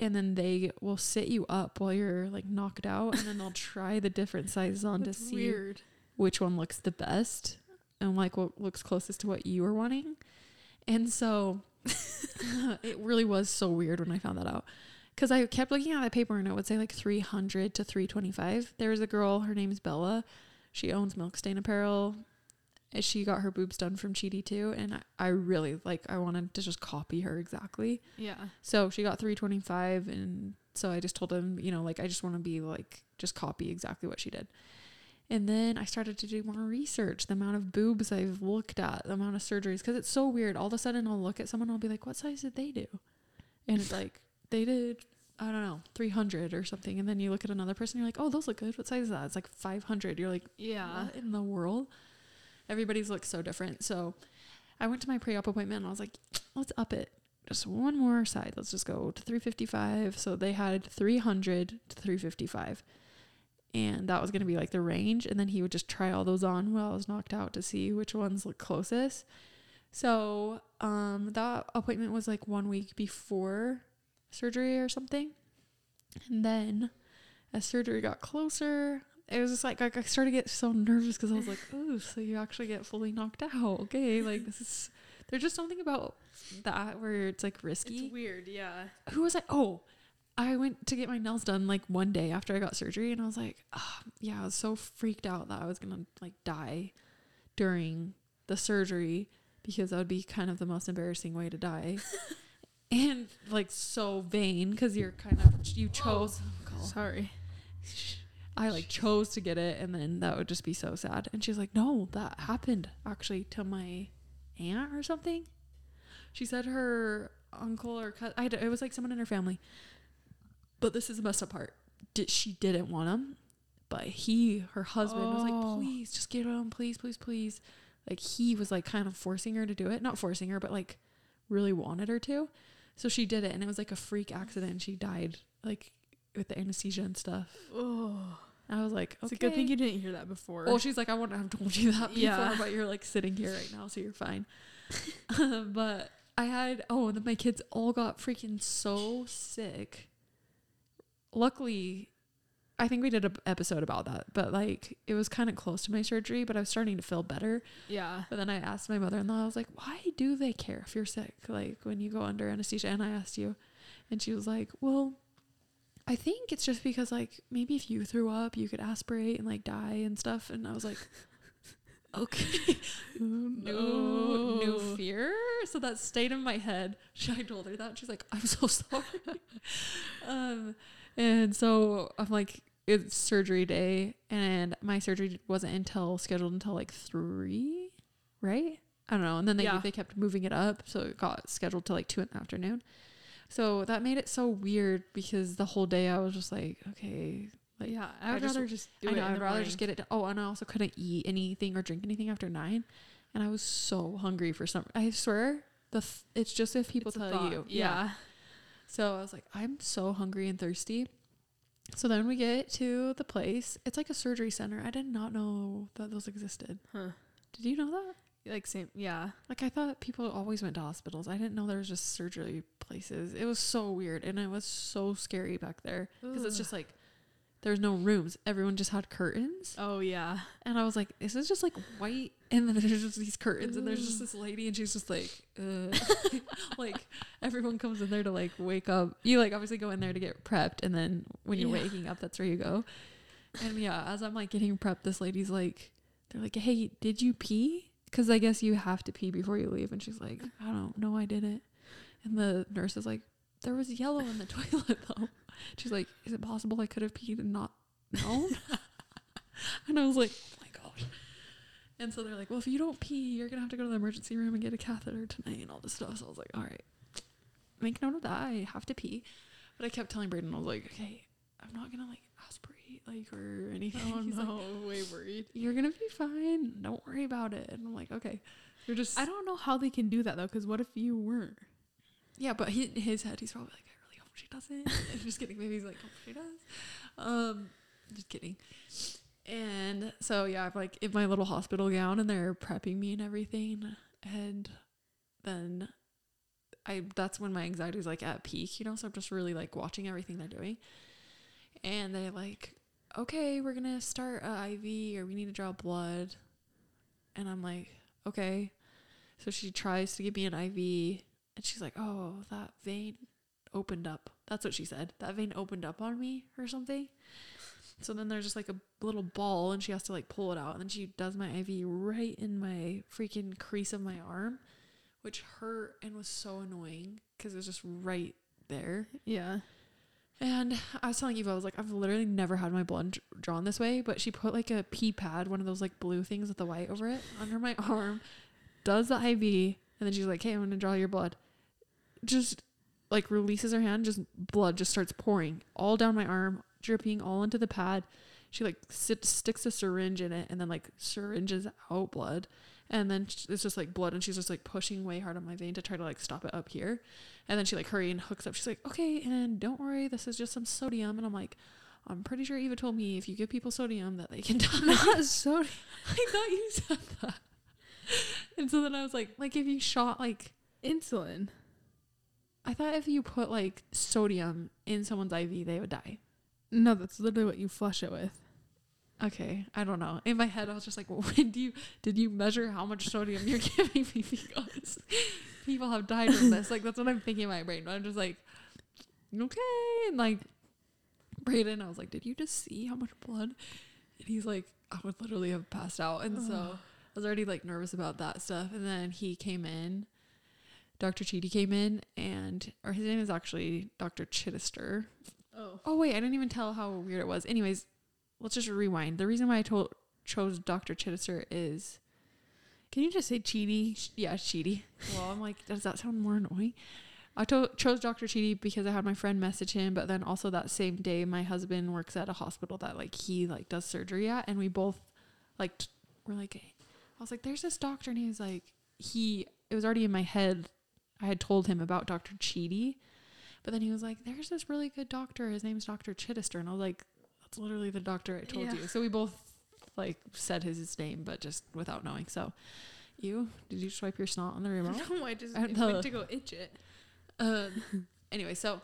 Speaker 3: and then they will sit you up while you're like knocked out and then they'll try the different sizes on to
Speaker 1: That's
Speaker 3: see which one looks the best and like what looks closest to what you were wanting and so [LAUGHS] it really was so weird when i found that out because i kept looking at that paper and it would say like 300 to 325 there was a girl her name's bella she owns milk stain apparel and she got her boobs done from cheaty too and I, I really like i wanted to just copy her exactly
Speaker 1: Yeah.
Speaker 3: so she got 325 and so I just told him, you know, like I just want to be like just copy exactly what she did. And then I started to do more research, the amount of boobs I've looked at, the amount of surgeries cuz it's so weird. All of a sudden I'll look at someone I'll be like, "What size did they do?" And it's like, "They did I don't know, 300 or something." And then you look at another person, you're like, "Oh, those look good. What size is that?" It's like 500. You're like,
Speaker 1: Yeah.
Speaker 3: what uh, in the world? Everybody's looks so different. So I went to my pre op appointment and I was like, let's up it. Just one more side. Let's just go to 355. So they had 300 to 355. And that was going to be like the range. And then he would just try all those on while I was knocked out to see which ones look closest. So um, that appointment was like one week before surgery or something. And then as surgery got closer, it was just like I I started to get so nervous because I was like, oh, so you actually get fully knocked out. Okay. Like this is there's just something about that where it's like risky.
Speaker 1: weird, yeah.
Speaker 3: Who was I? Oh, I went to get my nails done like one day after I got surgery and I was like, oh, yeah, I was so freaked out that I was gonna like die during the surgery because that would be kind of the most embarrassing way to die. and like so vain because you're kind of you chose Oh,
Speaker 1: Sorry.
Speaker 3: I like chose to get it, and then that would just be so sad. And she's like, "No, that happened actually to my aunt or something." She said her uncle or cousin. I d- it was like someone in her family. But this is the messed up part. Did she didn't want him, but he, her husband, was
Speaker 1: Oh.
Speaker 3: like, "Please, just get him, please, please, please." Like he was like kind of forcing her to do it, not forcing her, but like really wanted her to. So she did it, and it was like a freak accident. and She died like with the anesthesia and stuff.
Speaker 1: Oh.
Speaker 3: I was like, okay.
Speaker 1: It's a good thing you didn't hear that before.
Speaker 3: Well, she's like, I wouldn't have told you that before,
Speaker 1: Yeah.
Speaker 3: but you're like sitting here right now, so you're fine. [LAUGHS] but I had oh, and then my kids all got freaking so sick. Luckily, I think we did an episode about that, but like it was kind of close to my surgery, but I was starting to feel better.
Speaker 1: yeah.
Speaker 3: But then I asked my mother in law, I was like, why do they care if you're sick? Like when you go under anesthesia. And I asked you, and she was like, well, I think it's just because, like, maybe if you threw up, you could aspirate and, like, die and stuff. And I was like, okay. New, new fear. So that stayed in my head. [LAUGHS] She- I told her that. and She's like, I'm so [LAUGHS] sorry. um, and so I'm like, it's surgery day, and my surgery wasn't until scheduled until like three, right? I don't know. And then they
Speaker 1: Yeah.
Speaker 3: they kept moving it up, so it got scheduled to like two in the afternoon. So that made it so weird because the whole day I was just like, okay, like
Speaker 1: yeah, I would
Speaker 3: just-
Speaker 1: rather just do
Speaker 3: I
Speaker 1: it.
Speaker 3: know.
Speaker 1: in
Speaker 3: I'd
Speaker 1: the
Speaker 3: rather just
Speaker 1: morning.
Speaker 3: get it. done. oh, and I also couldn't eat anything or drink anything after nine, and I was so hungry for some. I swear, the th- it's just if people
Speaker 1: It's a
Speaker 3: tell
Speaker 1: thought,
Speaker 3: you,
Speaker 1: Yeah.
Speaker 3: So I was like, I'm so hungry and thirsty. So then we get to the place. It's like a surgery center. I did not know that those existed.
Speaker 1: Huh.
Speaker 3: Did you know that?
Speaker 1: Like same yeah.
Speaker 3: Like I thought people always went to hospitals. I didn't know there was just surgery places. It was so weird and it was so scary back there because it's
Speaker 1: Ugh.
Speaker 3: just like there's no rooms. Everyone just had curtains.
Speaker 1: Oh
Speaker 3: [LAUGHS]
Speaker 1: yeah.
Speaker 3: And I was like, this is just like white. And then there's just these curtains, and there's just
Speaker 1: Ooh.
Speaker 3: this lady, and she's just like, uh, [LAUGHS] like everyone comes in there to like wake up. You like obviously go in there to get prepped, and then when you're
Speaker 1: Yeah.
Speaker 3: waking up, that's where you go. And yeah, as I'm like getting prepped, this lady's like, they're like, hey, did you pee? Because I guess you have to pee before you leave. And she's like, I don't know, I didn't. And the nurse is like, there was yellow in the [LAUGHS] toilet though. She's like, is it possible I could have peed and not known? [LAUGHS] and I was like, oh my gosh. And so they're like, well, if you don't pee, you're going to have to go to the emergency room and get a catheter tonight and all this stuff. So I was like, all right, make note of that. I have to pee. But I kept telling Braden, I was like, okay, I'm not going to like aspirate like or anything.
Speaker 1: Oh,
Speaker 3: [LAUGHS] He's like,
Speaker 1: way worried.
Speaker 3: you're going to be fine. Don't worry about it. And I'm like, okay. You're just
Speaker 1: I don't know how they can do that though, because what if you weren't?
Speaker 3: Yeah, but he, in his head, he's probably like, I really hope she doesn't. [LAUGHS] I'm just kidding. Maybe he's like, hope she does. Um, just kidding. And so yeah, I'm like in my little hospital gown, and they're prepping me and everything, and then I that's when my anxiety's like at peak, you know. So I'm just really like watching everything they're doing, and they like, okay, we're gonna start a IV, or we need to draw blood, and I'm like, okay. So she tries to give me an IV, and she's like, "Oh, that vein opened up." That's what she said. That vein opened up on me or something. So then there's just like a little ball and she has to like pull it out and then she does my IV right in my freaking crease of my arm, which hurt and was so annoying cuz it was just right there.
Speaker 1: Yeah.
Speaker 3: And I was telling Eva, I was like, I've literally never had my blood dr- drawn this way, but she put like a pee pad, one of those like blue things with the white over it, under my [LAUGHS] arm, does the IV, and then she's like, Hey, I'm gonna draw your blood. Just like releases her hand, just blood just starts pouring all down my arm, dripping all into the pad. She like sit, sticks a syringe in it and then like syringes out blood. And then sh- it's just like blood, and she's just like pushing way hard on my vein to try to like stop it up here. And then she like hurry and hooks up. She's like, okay, and don't worry, this is just some sodium. And I'm like, I'm pretty sure Eva told me if you give people sodium that they can [LAUGHS] die.
Speaker 1: Not so
Speaker 3: [LAUGHS] I thought you said that. And so then I was like, like if you shot like
Speaker 1: insulin.
Speaker 3: I thought if you put like sodium in someone's IV they would die.
Speaker 1: No, that's literally what you flush it with.
Speaker 3: Okay, I don't know. In my head, I was just like, [LAUGHS] when do you did you measure how much sodium you're [LAUGHS] giving me? Because people have died from this. Like that's what I'm thinking in my brain. I'm just like, okay, and like Brayden, I was like, did you just see how much blood? And he's like, I would literally have passed out. And so I was already like nervous about that stuff. And then he came in. Dr. Chidi came in, and or his name is actually Dr. Chittister.
Speaker 1: Oh.
Speaker 3: Oh wait, I didn't even tell how weird it was. Anyways, let's just rewind. The reason why I told chose Dr. Chittister is
Speaker 1: Can you just say cheaty?
Speaker 3: sh- yeah, Cheaty. Well, I'm like, does that sound more annoying? I to- chose Dr. Cheaty because I had my friend message him, but then also that same day my husband works at a hospital that like he like does surgery at and we both like t- were like I was like, there's this doctor and he was like he it was already in my head I had told him about Dr. Cheaty. But then he was like, There's this really good doctor, his name's Dr. Chittister and I was like, That's literally the doctor I told
Speaker 1: Yeah.
Speaker 3: you. So we both like said his name but just without knowing. So you did you swipe your snot on the [LAUGHS] remote?
Speaker 1: [LAUGHS] No, I just
Speaker 3: I don't know.
Speaker 1: go itch it.
Speaker 3: [LAUGHS] Um, anyway, so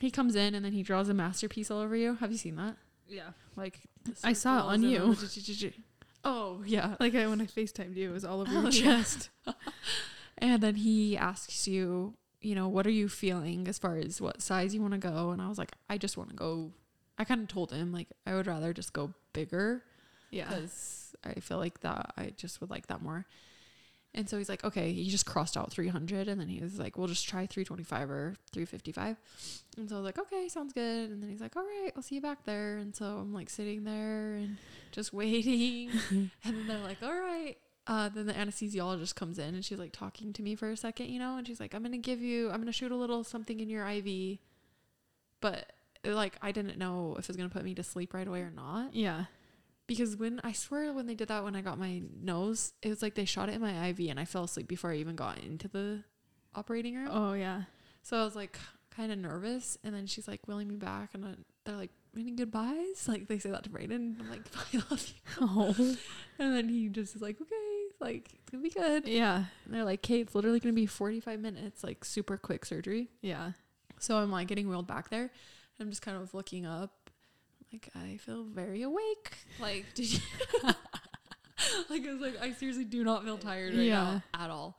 Speaker 3: he comes in and then he draws a masterpiece all over you. Have you seen that?
Speaker 1: Yeah.
Speaker 3: Like
Speaker 1: I saw it on
Speaker 3: circles and- [LAUGHS] Oh yeah,
Speaker 1: Like I, when I FaceTimed you, it was [LAUGHS] all over your
Speaker 3: Oh, yeah.
Speaker 1: chest.
Speaker 3: [LAUGHS] and then he asks you, you know, what are you feeling as far as what size you want to go? And I was like, I just want to go. I kind of told him like I would rather just go bigger
Speaker 1: Yeah.
Speaker 3: because I feel like that I just would like that more. And so he's like, okay, he just crossed out 300, and then he was like, we'll just try 325 or 355. And so I was like, okay, sounds good. And then he's like, all right, I'll see you back there. And so I'm like sitting there and just waiting. and then they're like, all right. Uh, then the anesthesiologist comes in and she's like talking to me for a second, you know, and she's like, I'm gonna give you, I'm gonna shoot a little something in your IV, but like I didn't know if it was gonna put me to sleep right away or not
Speaker 1: Yeah.
Speaker 3: because when I swear when they did that when I got my nose, it was like they shot it in my IV and I fell asleep before I even got into the operating room.
Speaker 1: Oh yeah. [LAUGHS]
Speaker 3: So I was like kind of nervous, and then she's like willing me back, and I, they're like any goodbyes, [LAUGHS] like they say that to Brayden. I'm like [LAUGHS] bye, I love you,
Speaker 1: Oh.
Speaker 3: and then he just is like okay, like it's gonna be good.
Speaker 1: yeah.
Speaker 3: And they're like, Kate, it's literally gonna be 45 minutes, like super quick surgery.
Speaker 1: Yeah.
Speaker 3: So I'm like getting wheeled back there. And I'm just kind of looking up. Like I feel very awake. Like did you? [LAUGHS] like I was like I seriously do not feel tired right
Speaker 1: Yeah.
Speaker 3: now at all.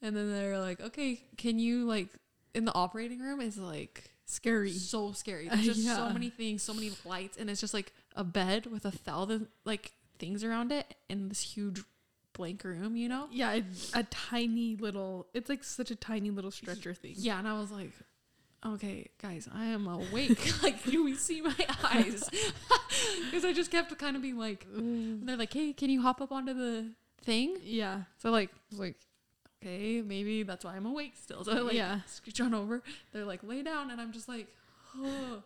Speaker 3: And then they're like, okay, can you like in the operating room is like
Speaker 1: Scary. [LAUGHS]
Speaker 3: so scary.
Speaker 1: Uh,
Speaker 3: There's just so
Speaker 1: yeah.
Speaker 3: many things, so many lights, and it's just like a bed with a thousand like things around it and this huge blank room, you know?
Speaker 1: Yeah, it's a tiny little. It's like such a tiny little stretcher thing.
Speaker 3: Yeah, and I was like, okay, guys, I am awake. [LAUGHS] like, do we see my eyes? [LAUGHS] Because I just kept kind of being like, and they're like, hey, can you hop up onto the thing?
Speaker 1: Yeah.
Speaker 3: So like, I was like, okay, maybe that's why I'm awake still. [LAUGHS] So I like,
Speaker 1: Yeah.
Speaker 3: scooch on over. They're like, lay down, and I'm just like, oh,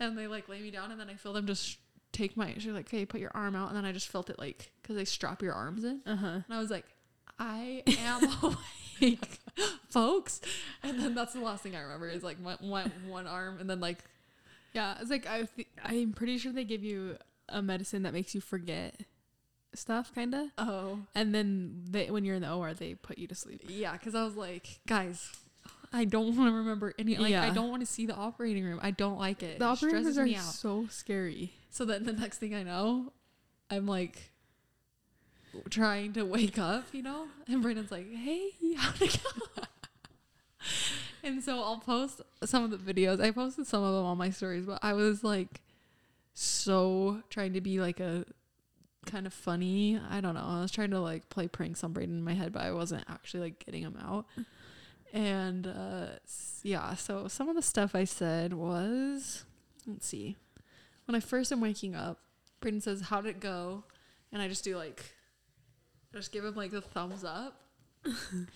Speaker 3: and they like lay me down, and then I feel them just take my. She's like, okay, put your arm out, and then I just felt it like because they strap your arms in.
Speaker 1: Uh huh.
Speaker 3: And I was like, I am [LAUGHS] awake, folks. And then that's the last thing I remember is like my, my one arm and then like,
Speaker 1: Yeah, it's like I th- I'm pretty sure they give you a medicine that makes you forget stuff, kind of.
Speaker 3: oh.
Speaker 1: And then they, when you're in the OR, they put you to sleep.
Speaker 3: Yeah, because I was like, guys, I don't want to remember any. Like, I
Speaker 1: Yeah.
Speaker 3: don't want to see the operating room. I don't like it.
Speaker 1: The
Speaker 3: it
Speaker 1: operating rooms
Speaker 3: stresses
Speaker 1: are
Speaker 3: me out.
Speaker 1: so scary.
Speaker 3: So then the next thing I know, I'm like trying to wake up, you know? And Brandon's like, hey, how'd it go? [LAUGHS] and so I'll post some of the videos. I posted some of them on my stories, but I was like so trying to be like a kind of funny. I don't know. I was trying to like play pranks on Brayden in my head, but I wasn't actually like getting them out. And uh, s- yeah, so some of the stuff I said was, let's see. When I first am waking up, Brayden says, "How'd it go?" And I just do like, I just give him like the thumbs up. [LAUGHS] and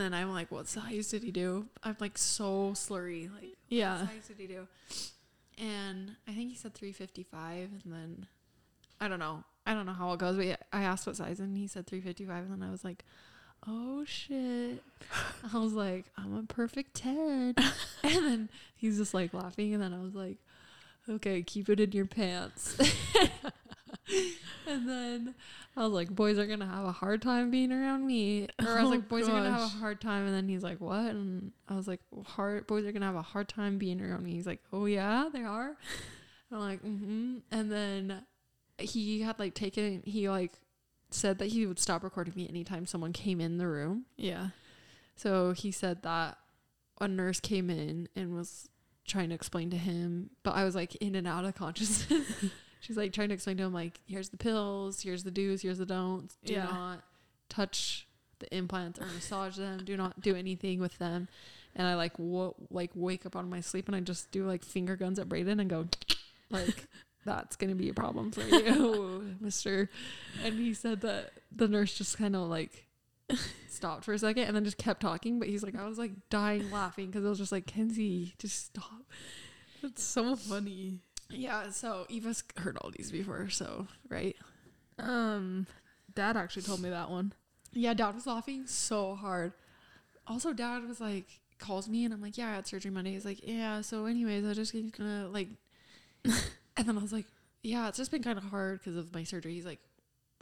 Speaker 3: then I'm like, "What size did he do?" I'm like so slurry, like
Speaker 1: Yeah.
Speaker 3: what size did he do? And I think he said 355, and then I don't know. I don't know how it goes, but yeah, I asked what size, and he said 355, and then I was like, oh shit. I was like, I'm a perfect 10. [LAUGHS] and then he's just like laughing, and then I was like, okay, keep it in your pants. [LAUGHS] and then I was like, boys are going to have a hard time being around me. Or I was
Speaker 1: Oh,
Speaker 3: like, boys are going to have a
Speaker 1: gosh.
Speaker 3: hard time. And then he's like, what? And I was like, hard, boys are going to have a hard time being around me. He's like, oh yeah, they are. I'm like, mm-hmm. And then he had like taken, he like said that he would stop recording me anytime someone came in the room.
Speaker 1: Yeah.
Speaker 3: So he said that a nurse came in and was trying to explain to him, but I was like in and out of consciousness. [LAUGHS] She's like trying to explain to him, like, here's the pills, here's the do's, here's the don'ts. Do
Speaker 1: Yeah.
Speaker 3: not touch the implants or massage them. Do not do anything with them. And I like wo- like wake up out of my sleep and I just do like finger guns at Brayden and go [LAUGHS] like that's gonna be a problem for you, [LAUGHS] Mister. And he said that the nurse just kind of like stopped for a second and then just kept talking. But he's like, I was like dying laughing because I was just like, Kenzie, just stop.
Speaker 1: That's so funny.
Speaker 3: Yeah. So Eva's heard all these before, so right.
Speaker 1: Um, Dad actually told me that [LAUGHS] one.
Speaker 3: Yeah, Dad was laughing so hard. Also, Dad was like calls me and I'm like, yeah, I had surgery Monday. He's like, yeah. So, anyways, I just keep gonna [LAUGHS] like, and then I was like, yeah, it's just been kind of hard because of my surgery. He's like,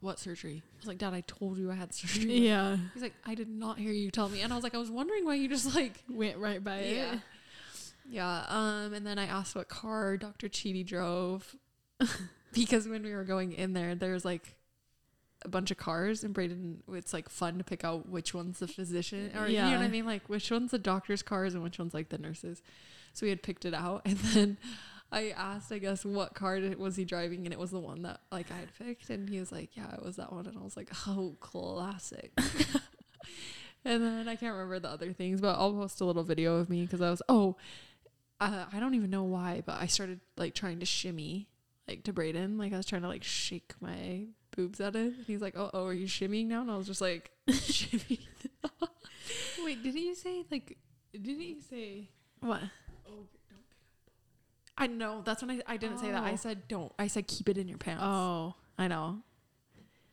Speaker 3: what surgery? I was like, Dad, I told you I had surgery.
Speaker 1: Yeah.
Speaker 3: He's like, I did not hear you tell me. And I was like, I was wondering why you just like
Speaker 1: Went right by
Speaker 3: Yeah.
Speaker 1: it.
Speaker 3: Yeah. Um, and then I asked what car Dr. Cheedy drove because when we were going in there, there's like a bunch of cars, and Braden, it's like fun to pick out which one's the physician, or you know what I
Speaker 1: Yeah.
Speaker 3: mean? Like which one's the doctor's cars and which one's like the nurses. So we had picked it out, [LAUGHS] and then I asked, I guess, what car did- was he driving, and it was the one that like I had picked, and he was like, yeah, it was that one, and I was like, [LAUGHS] oh, classic. [LAUGHS] And then I can't remember the other things, but I'll post a little video of me because I was oh, uh, I don't even know why, but I started like trying to shimmy like to Brayden, like I was trying to like shake my boobs at it. And he's like, oh, oh, are you shimmying now? And I was
Speaker 1: [LAUGHS]
Speaker 3: just like, shimmy.
Speaker 1: Wait, didn't you say like? Didn't you say?
Speaker 3: What? I know. That's when I I didn't say that. I
Speaker 1: Oh.
Speaker 3: said don't. I said keep it in your pants.
Speaker 1: Oh,
Speaker 3: I know.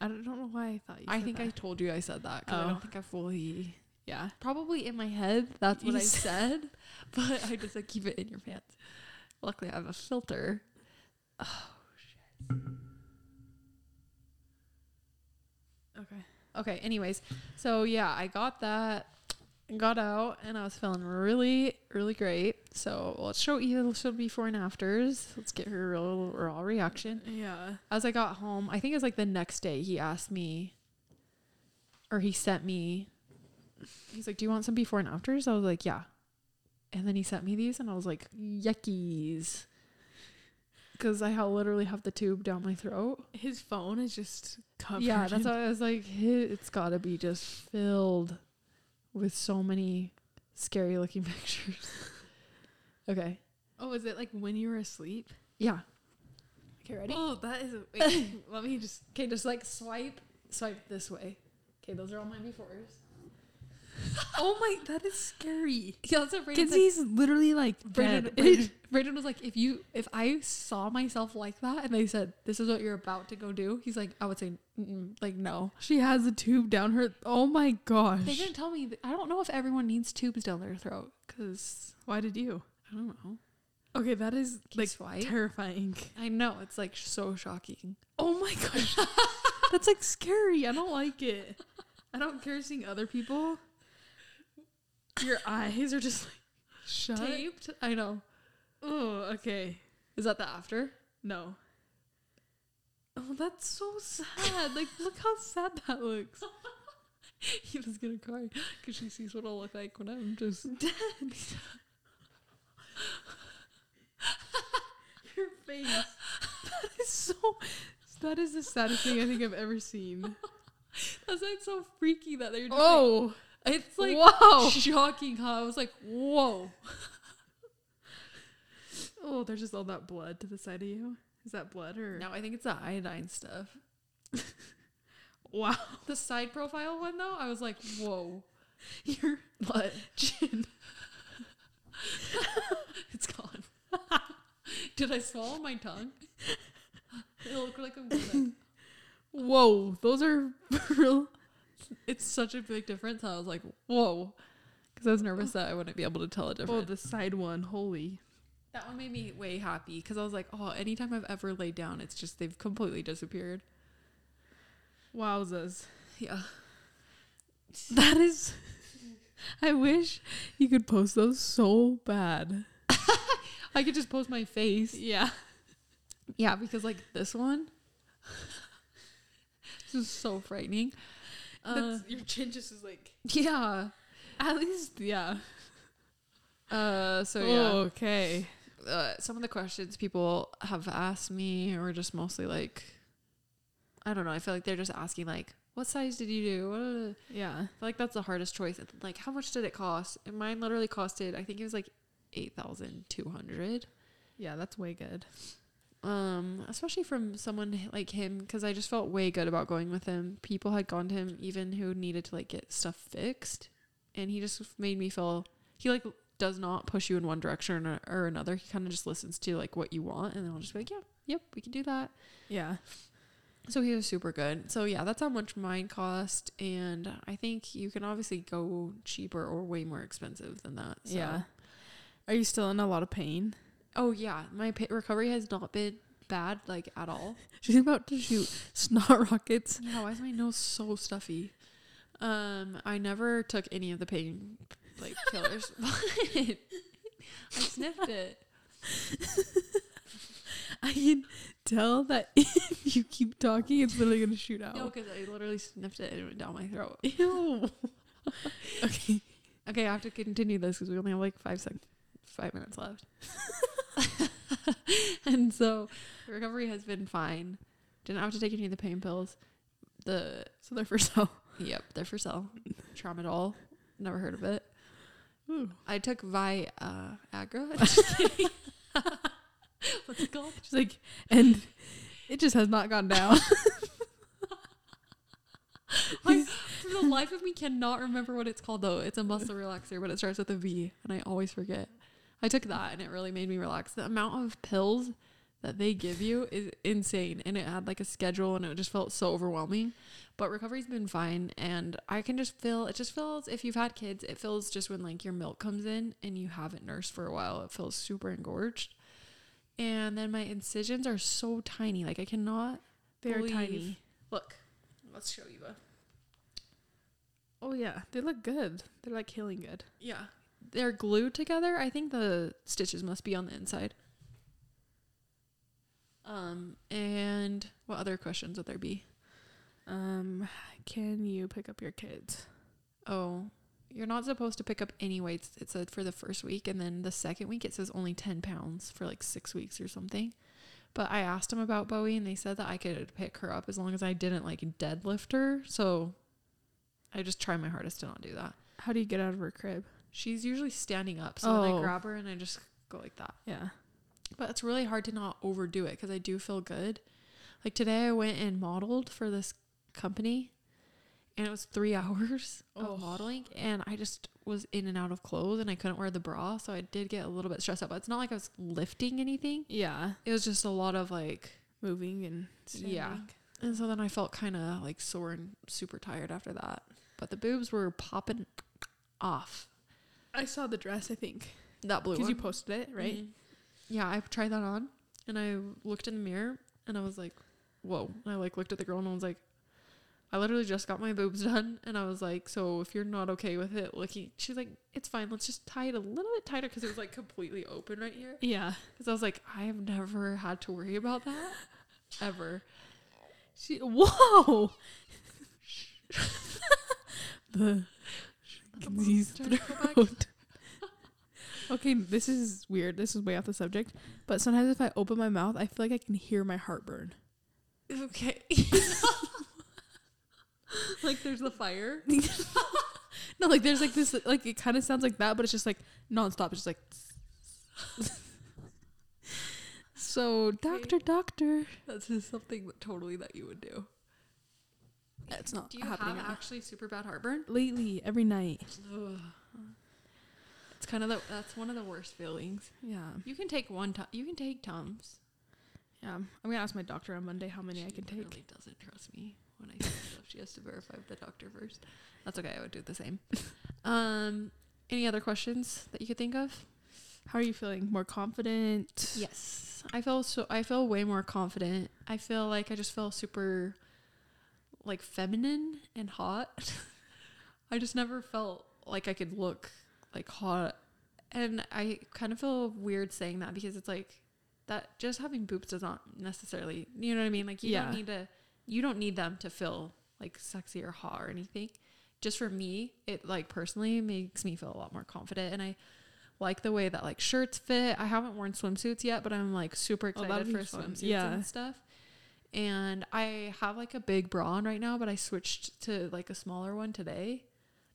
Speaker 1: I don't, don't know why I thought you.
Speaker 3: I
Speaker 1: said
Speaker 3: think I
Speaker 1: that.
Speaker 3: told you I said that 'cause I
Speaker 1: Oh.
Speaker 3: don't think I fully.
Speaker 1: Yeah.
Speaker 3: Probably in my head, that's what
Speaker 1: You
Speaker 3: I
Speaker 1: said-
Speaker 3: [LAUGHS] said, but I just said keep it in your pants. Luckily, I have a filter. Oh,
Speaker 1: Okay.
Speaker 3: Okay, anyways, so yeah, I got that, got out, and I was feeling really, really great. So let's show you the show before and afters. Let's get her real raw reaction.
Speaker 1: Yeah.
Speaker 3: As I got home, I think it was like the next day, he asked me, or he sent me, he's like, Do you want some before and afters? I was like, Yeah. And then he sent me these, and I was like, Yuckies. because I ha- literally have the tube down my throat.
Speaker 1: His phone is just covered.
Speaker 3: yeah, that's
Speaker 1: in-
Speaker 3: why I was like, "Hi- it's gotta be just filled with so many scary looking [LAUGHS] pictures. okay.
Speaker 1: Oh, is it like when you were asleep?
Speaker 3: Yeah.
Speaker 1: Okay, ready?
Speaker 3: Oh, that
Speaker 1: [LAUGHS]
Speaker 3: is. Wait, let me just. Okay, just like swipe, swipe this way. Okay, those are all my befores. [LAUGHS]
Speaker 1: oh my, that is scary.
Speaker 3: Yeah, that's what Brayden's like.
Speaker 1: Kenzie's literally like
Speaker 3: Brayden,
Speaker 1: dead.
Speaker 3: Brayden, Brayden was like, if you, if I saw myself like that, and they said, "This is what you're about to go do," he's like, I would say, Mm-mm, like, no.
Speaker 1: [LAUGHS] she has a tube down her. Oh my
Speaker 3: They
Speaker 1: gosh!
Speaker 3: didn't tell me. I don't know if everyone needs tubes down their throat, cause
Speaker 1: Why did you?
Speaker 3: I don't know.
Speaker 1: Okay, that is
Speaker 3: Can you
Speaker 1: like
Speaker 3: swipe?
Speaker 1: terrifying.
Speaker 3: I know it's like so shocking.
Speaker 1: Oh my gosh, [LAUGHS] that's like scary. I don't like it. I don't care seeing other people. Your eyes are just like shut.
Speaker 3: Taped. I know.
Speaker 1: Oh, okay.
Speaker 3: Is that the
Speaker 1: [LAUGHS]
Speaker 3: after?
Speaker 1: No. Oh, that's so sad. Like, look how sad that looks.
Speaker 3: [LAUGHS] he was gonna cry because she sees what I'll look like when I'm
Speaker 1: [LAUGHS] [LAUGHS]
Speaker 3: just [LAUGHS]
Speaker 1: Your face. That is so. That is the saddest thing I think I've ever [LAUGHS] seen.
Speaker 3: That's like so freaky that they're just
Speaker 1: Oh,
Speaker 3: like, it's like
Speaker 1: Whoa.
Speaker 3: shocking how I was like, whoa.
Speaker 1: oh, there's just all that blood to the side of you. Is that blood or?
Speaker 3: Now I think it's the iodine stuff.
Speaker 1: Wow,
Speaker 3: The side profile one though, I was like, [LAUGHS] whoa.
Speaker 1: your
Speaker 3: But
Speaker 1: chin.
Speaker 3: [LAUGHS] it's gone. [LAUGHS] Did I swallow my tongue? It looked like I'm gonna.
Speaker 1: Whoa, those are [LAUGHS] real.
Speaker 3: It's such a big difference. I was like, whoa. Because I was nervous that I wouldn't be able to tell a difference.
Speaker 1: Oh, the side one. Holy.
Speaker 3: That one made me way happy because I was like, oh, anytime I've ever laid down, it's just they've completely disappeared.
Speaker 1: Wowzers.
Speaker 3: Yeah.
Speaker 1: [LAUGHS] That is. I wish you could post those so bad.
Speaker 3: I could just post my face.
Speaker 1: Yeah.
Speaker 3: Yeah, because like this one, this is so frightening. Uh,
Speaker 1: your chin just is like.
Speaker 3: yeah.
Speaker 1: At least, yeah.
Speaker 3: Uh, so yeah,
Speaker 1: Okay.
Speaker 3: uh, some of the questions people have asked me were just mostly like, I don't know. I feel like they're just asking like, what size did you do? What-
Speaker 1: Yeah.
Speaker 3: I feel like that's the hardest choice. Like, how much did it cost? And mine literally costed, I think it was like eight thousand two hundred.
Speaker 1: Yeah, that's way good.
Speaker 3: Um, especially from someone h- like him, because I just felt way good about going with him. People had gone to him even who needed to like get stuff fixed, and he just made me feel he like does not push you in one direction or, or another. He kind of just listens to like what you want, and then I'll just be like, yeah, yep, we can do that.
Speaker 1: Yeah.
Speaker 3: So he was super good. So yeah, that's how much mine cost, and I think you can obviously go cheaper or way more expensive than that. So.
Speaker 1: Yeah. Are you still in a lot of pain?
Speaker 3: Oh yeah, my pa- recovery has not been bad like at all.
Speaker 1: [LAUGHS] She's about to shoot snot rockets. [LAUGHS]
Speaker 3: Yeah, why is my nose so stuffy? Um, I never took any of the pain like killers. [LAUGHS] What? I sniffed it.
Speaker 1: I can tell that [LAUGHS] if you keep talking, it's literally gonna shoot out.
Speaker 3: No, because I literally sniffed it and it went down my throat.
Speaker 1: Ew. [LAUGHS] okay.
Speaker 3: Okay, I have to continue this because we only have like five sec, five minutes left. [LAUGHS] and so the recovery has been fine. Didn't have to take any of the pain pills. The
Speaker 1: So oh, they're for sale.
Speaker 3: yep, they're for sale. Tramadol. Never heard of it.
Speaker 1: Ooh.
Speaker 3: I took Viagra. [LAUGHS] Just kidding. What's it called?
Speaker 1: She's like, and it just has not gone down.
Speaker 3: I, for the life of me, cannot remember what it's called though. It's a muscle relaxer, but it starts with a V, and I always forget. I took that, and it really made me relax. The amount of pills that they give you is insane, and it had like a schedule, and it just felt so overwhelming. But recovery's been fine, and I can just feel it. Just feels if you've had kids, it feels just when like your milk comes in and you haven't nursed for a while, it feels super engorged. And then my incisions are so tiny, like I cannot.
Speaker 1: [LAUGHS] They're
Speaker 3: believe-
Speaker 1: tiny.
Speaker 3: Look, let's show you a.
Speaker 1: Oh yeah, they look good. They're like healing good.
Speaker 3: Yeah. They're glued together. I think the stitches must be on the inside. Um, and what other questions would there be?
Speaker 1: Um, can you pick up your kids?
Speaker 3: Oh, you're not supposed to pick up any weights. It said for the first week, and then the second week it says only 10 pounds for like six weeks or something. But I asked them about Bowie and they said that I could pick her up as long as I didn't like deadlift her. So I just try my hardest to not do that.
Speaker 1: How do you get out of her crib?
Speaker 3: She's usually standing up. So then
Speaker 1: Oh.
Speaker 3: I grab her and I just go like that.
Speaker 1: Yeah.
Speaker 3: But it's really hard to not overdo it because I do feel good. Like today, I went and modeled for this company, and it was three [LAUGHS] hours
Speaker 4: Oh.
Speaker 3: of modeling, and I just was in and out of clothes, and I couldn't wear the bra, so I did get a little bit stressed out. But it's not like I was lifting anything;
Speaker 1: Yeah.
Speaker 3: it was just a lot of like,
Speaker 1: Moving and
Speaker 3: yeah. And so then I felt kind of like sore and super tired after that. But the boobs were popping off.
Speaker 1: I saw the dress, I think.
Speaker 3: That blue
Speaker 1: Because
Speaker 3: one.
Speaker 1: you posted it, right?
Speaker 3: Mhm. Yeah, I tried that on and I looked in the mirror and I was like, whoa. And I like looked at the girl and I was like, I literally just got my boobs [LAUGHS] done and I was like, so if you're not okay with it looking, she's like, it's fine. Let's just tie it a little bit tighter because it was like completely open right here.
Speaker 1: Yeah.
Speaker 3: Because I was like, I have never had to worry about that [LAUGHS] ever.
Speaker 1: She whoa. [LAUGHS] [LAUGHS] the Mackenzie's
Speaker 3: Starting to go back.
Speaker 1: throat. okay, this is weird. This is way off the subject. But sometimes if I open my mouth, I feel like I can hear my heartburn.
Speaker 3: [LAUGHS] Okay. [LAUGHS] like there's the [LAUGHS] fire.
Speaker 1: No, [LAUGHS] like there's like this like it kind of sounds like that, but it's just like nonstop. It's just like [LAUGHS] So doctor, doctor.
Speaker 4: That's just something that totally that you would do.
Speaker 1: That's not
Speaker 3: Do you
Speaker 1: happening
Speaker 3: have
Speaker 1: right now.
Speaker 3: actually super bad heartburn?
Speaker 1: lately, every night.
Speaker 3: It's kind of the, that's one of the worst feelings.
Speaker 1: Yeah.
Speaker 3: You can take one. Tu- you can take tums.
Speaker 1: Yeah. I'm gonna ask my doctor on Monday how many I can take.
Speaker 3: Really doesn't trust me when I say stuff. She has to verify with the doctor first. That's okay. I would do the same. [LAUGHS] um, any other questions that you could think of?
Speaker 1: How are you feeling? More confident?
Speaker 3: Yes, I feel so. I feel way more confident. I feel like I just feel super, like feminine and hot. [LAUGHS] I just never felt like I could look like hot, and I kind of feel weird saying that because it's like that. Just having boobs does not necessarily, you know what I mean. Like you
Speaker 1: Yeah.
Speaker 3: don't need to, you don't need them to feel like sexy or hot or anything. Just for me, it like personally makes me feel a lot more confident, and I like the way that like shirts fit. I haven't worn swimsuits yet, but I'm like super
Speaker 1: Oh,
Speaker 3: excited
Speaker 1: that'd
Speaker 3: for
Speaker 1: be fun.
Speaker 3: swimsuits
Speaker 1: Yeah.
Speaker 3: and stuff. And I have like a big bra on right now, but I switched to like a smaller one today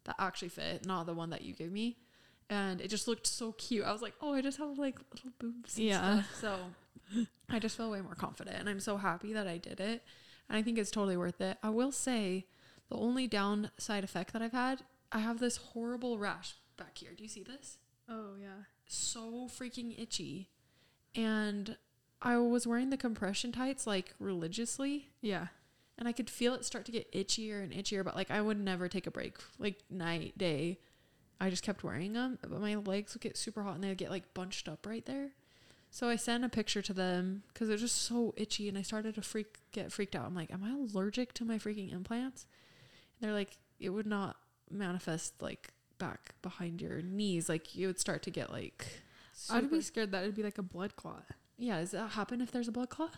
Speaker 3: that actually fit, not the one that you gave me. And it just looked so cute. I was like, oh, I just have like little boobs. And
Speaker 1: Yeah.
Speaker 3: Stuff. So I just feel way more confident. And I'm so happy that I did it. And I think it's totally worth it. I will say the only downside effect that I've had, I have this horrible rash back here. Do you see this?
Speaker 1: Oh yeah.
Speaker 3: so freaking itchy. And I was wearing the compression tights like religiously,
Speaker 1: Yeah.
Speaker 3: and I could feel it start to get itchier and itchier, but like I would never take a break, like night, day. I just kept wearing them, but my legs would get super hot and they would get like bunched up right there. So I sent a picture to them because they're just so itchy, and I started to freak get freaked out. I'm like, am I allergic to my freaking implants? And they're like, it would not manifest like back behind your knees, like you would start to get like.
Speaker 1: I'd
Speaker 3: super-
Speaker 1: be scared that it'd be like a blood clot.
Speaker 3: yeah, does that happen if there's a blood clot?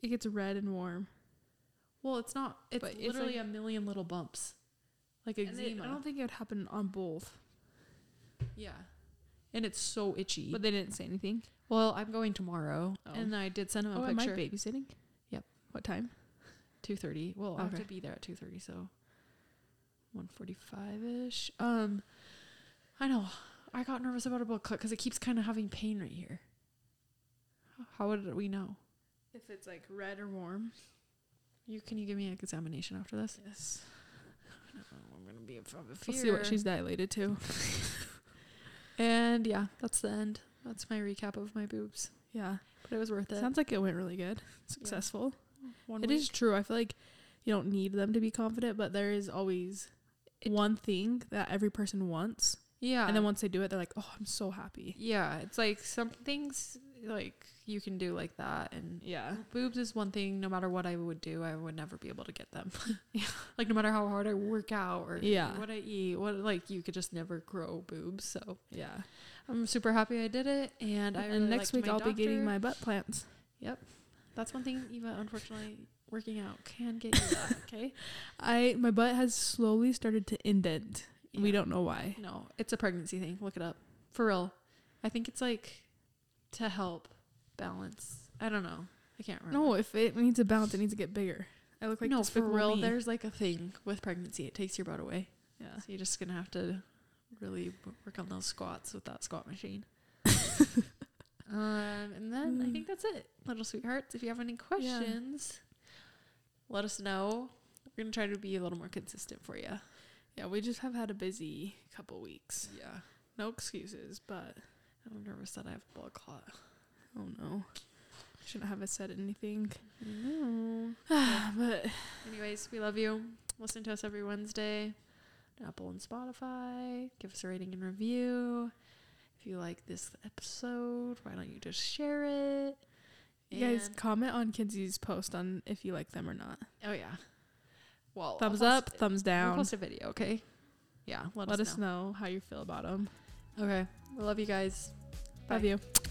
Speaker 1: It gets red and warm.
Speaker 3: Well, it's not. It's
Speaker 1: But it's
Speaker 3: literally
Speaker 1: like-
Speaker 3: a million little bumps, like
Speaker 1: And it- I
Speaker 3: eczema.
Speaker 1: don't think it would happen on both.
Speaker 3: yeah, and it's so itchy.
Speaker 1: But they didn't say anything.
Speaker 3: well, I'm going tomorrow,
Speaker 1: Oh.
Speaker 3: and I did send him a
Speaker 1: oh, am I
Speaker 3: picture.
Speaker 1: babysitting?
Speaker 3: Yep.
Speaker 1: What time?
Speaker 3: Two thirty. Well, I have
Speaker 1: Okay.
Speaker 3: to be there at two thirty, so one forty-five ish. Um, I know. I got nervous about a blood clot because it keeps kind of having pain right here. How would we know?
Speaker 1: If it's like red or warm.
Speaker 3: You can you give me an examination after this?
Speaker 1: Yes.
Speaker 3: I don't know, I'm gonna be in front of
Speaker 1: We'll see what
Speaker 3: fear.
Speaker 1: she's dilated to.
Speaker 3: And yeah, that's the end. That's my recap of my boobs.
Speaker 1: Yeah.
Speaker 3: But it was worth it.
Speaker 1: Sounds like it went really good. Successful.
Speaker 3: One
Speaker 1: It is true. I feel like you don't need them to be confident, but there is always
Speaker 3: It-
Speaker 1: one thing that every person wants.
Speaker 3: Yeah.
Speaker 1: And then once they do it, they're like, oh, I'm so happy.
Speaker 3: Yeah, it's like some things like you can do like that and
Speaker 1: Yeah.
Speaker 3: boobs is one thing no matter what I would do, I would never be able to get them. [LAUGHS] Like no matter how hard I work out or
Speaker 1: Yeah.
Speaker 3: what I eat, what like you could just never grow boobs. So
Speaker 1: Yeah.
Speaker 3: I'm super happy I did it and I really
Speaker 1: and next
Speaker 3: liked
Speaker 1: week
Speaker 3: my
Speaker 1: I'll be getting
Speaker 3: doctor.
Speaker 1: my butt plants.
Speaker 3: That's one thing Eva unfortunately working out can get
Speaker 1: [LAUGHS]
Speaker 3: you that, okay?
Speaker 1: I my butt has slowly started to indent. We
Speaker 3: Yeah.
Speaker 1: don't know why.
Speaker 3: No, it's a pregnancy thing. Look it up. For real. I think it's like to help balance. I don't know. I can't remember.
Speaker 1: No, if it needs a bounce, it needs to get bigger. I look like
Speaker 3: no, for
Speaker 1: despicable
Speaker 3: real.
Speaker 1: me.
Speaker 3: There's like a thing with pregnancy. It takes your butt away.
Speaker 1: yeah.
Speaker 3: So you're just gonna have to really w- work on those squats with that
Speaker 1: [LAUGHS]
Speaker 3: squat machine. um, and then I think that's it, little sweethearts. If you have any questions, let us know. We're gonna try to be a little more consistent for you.
Speaker 1: Yeah, we just have had a busy couple weeks.
Speaker 3: Yeah,
Speaker 1: No excuses, but
Speaker 3: I'm nervous that I have blood clot.
Speaker 1: oh no. Shouldn't have said anything.
Speaker 3: No.
Speaker 1: [LAUGHS] but
Speaker 3: Anyways, we love you. Listen to us every Wednesday on Apple and Spotify. Give us a rating and review. If you like this episode, why don't you just share it?
Speaker 1: you guys
Speaker 3: And-
Speaker 1: comment on Kinsey's post on if you like them or not.
Speaker 3: oh yeah. Well,
Speaker 1: Thumbs
Speaker 3: I'll
Speaker 1: up,
Speaker 3: post it.
Speaker 1: thumbs
Speaker 3: I'll
Speaker 1: down.
Speaker 3: post a video, okay? Yeah, let,
Speaker 1: Let us know how you feel about them.
Speaker 3: know. Okay, we love you guys. Bye.
Speaker 1: Love you.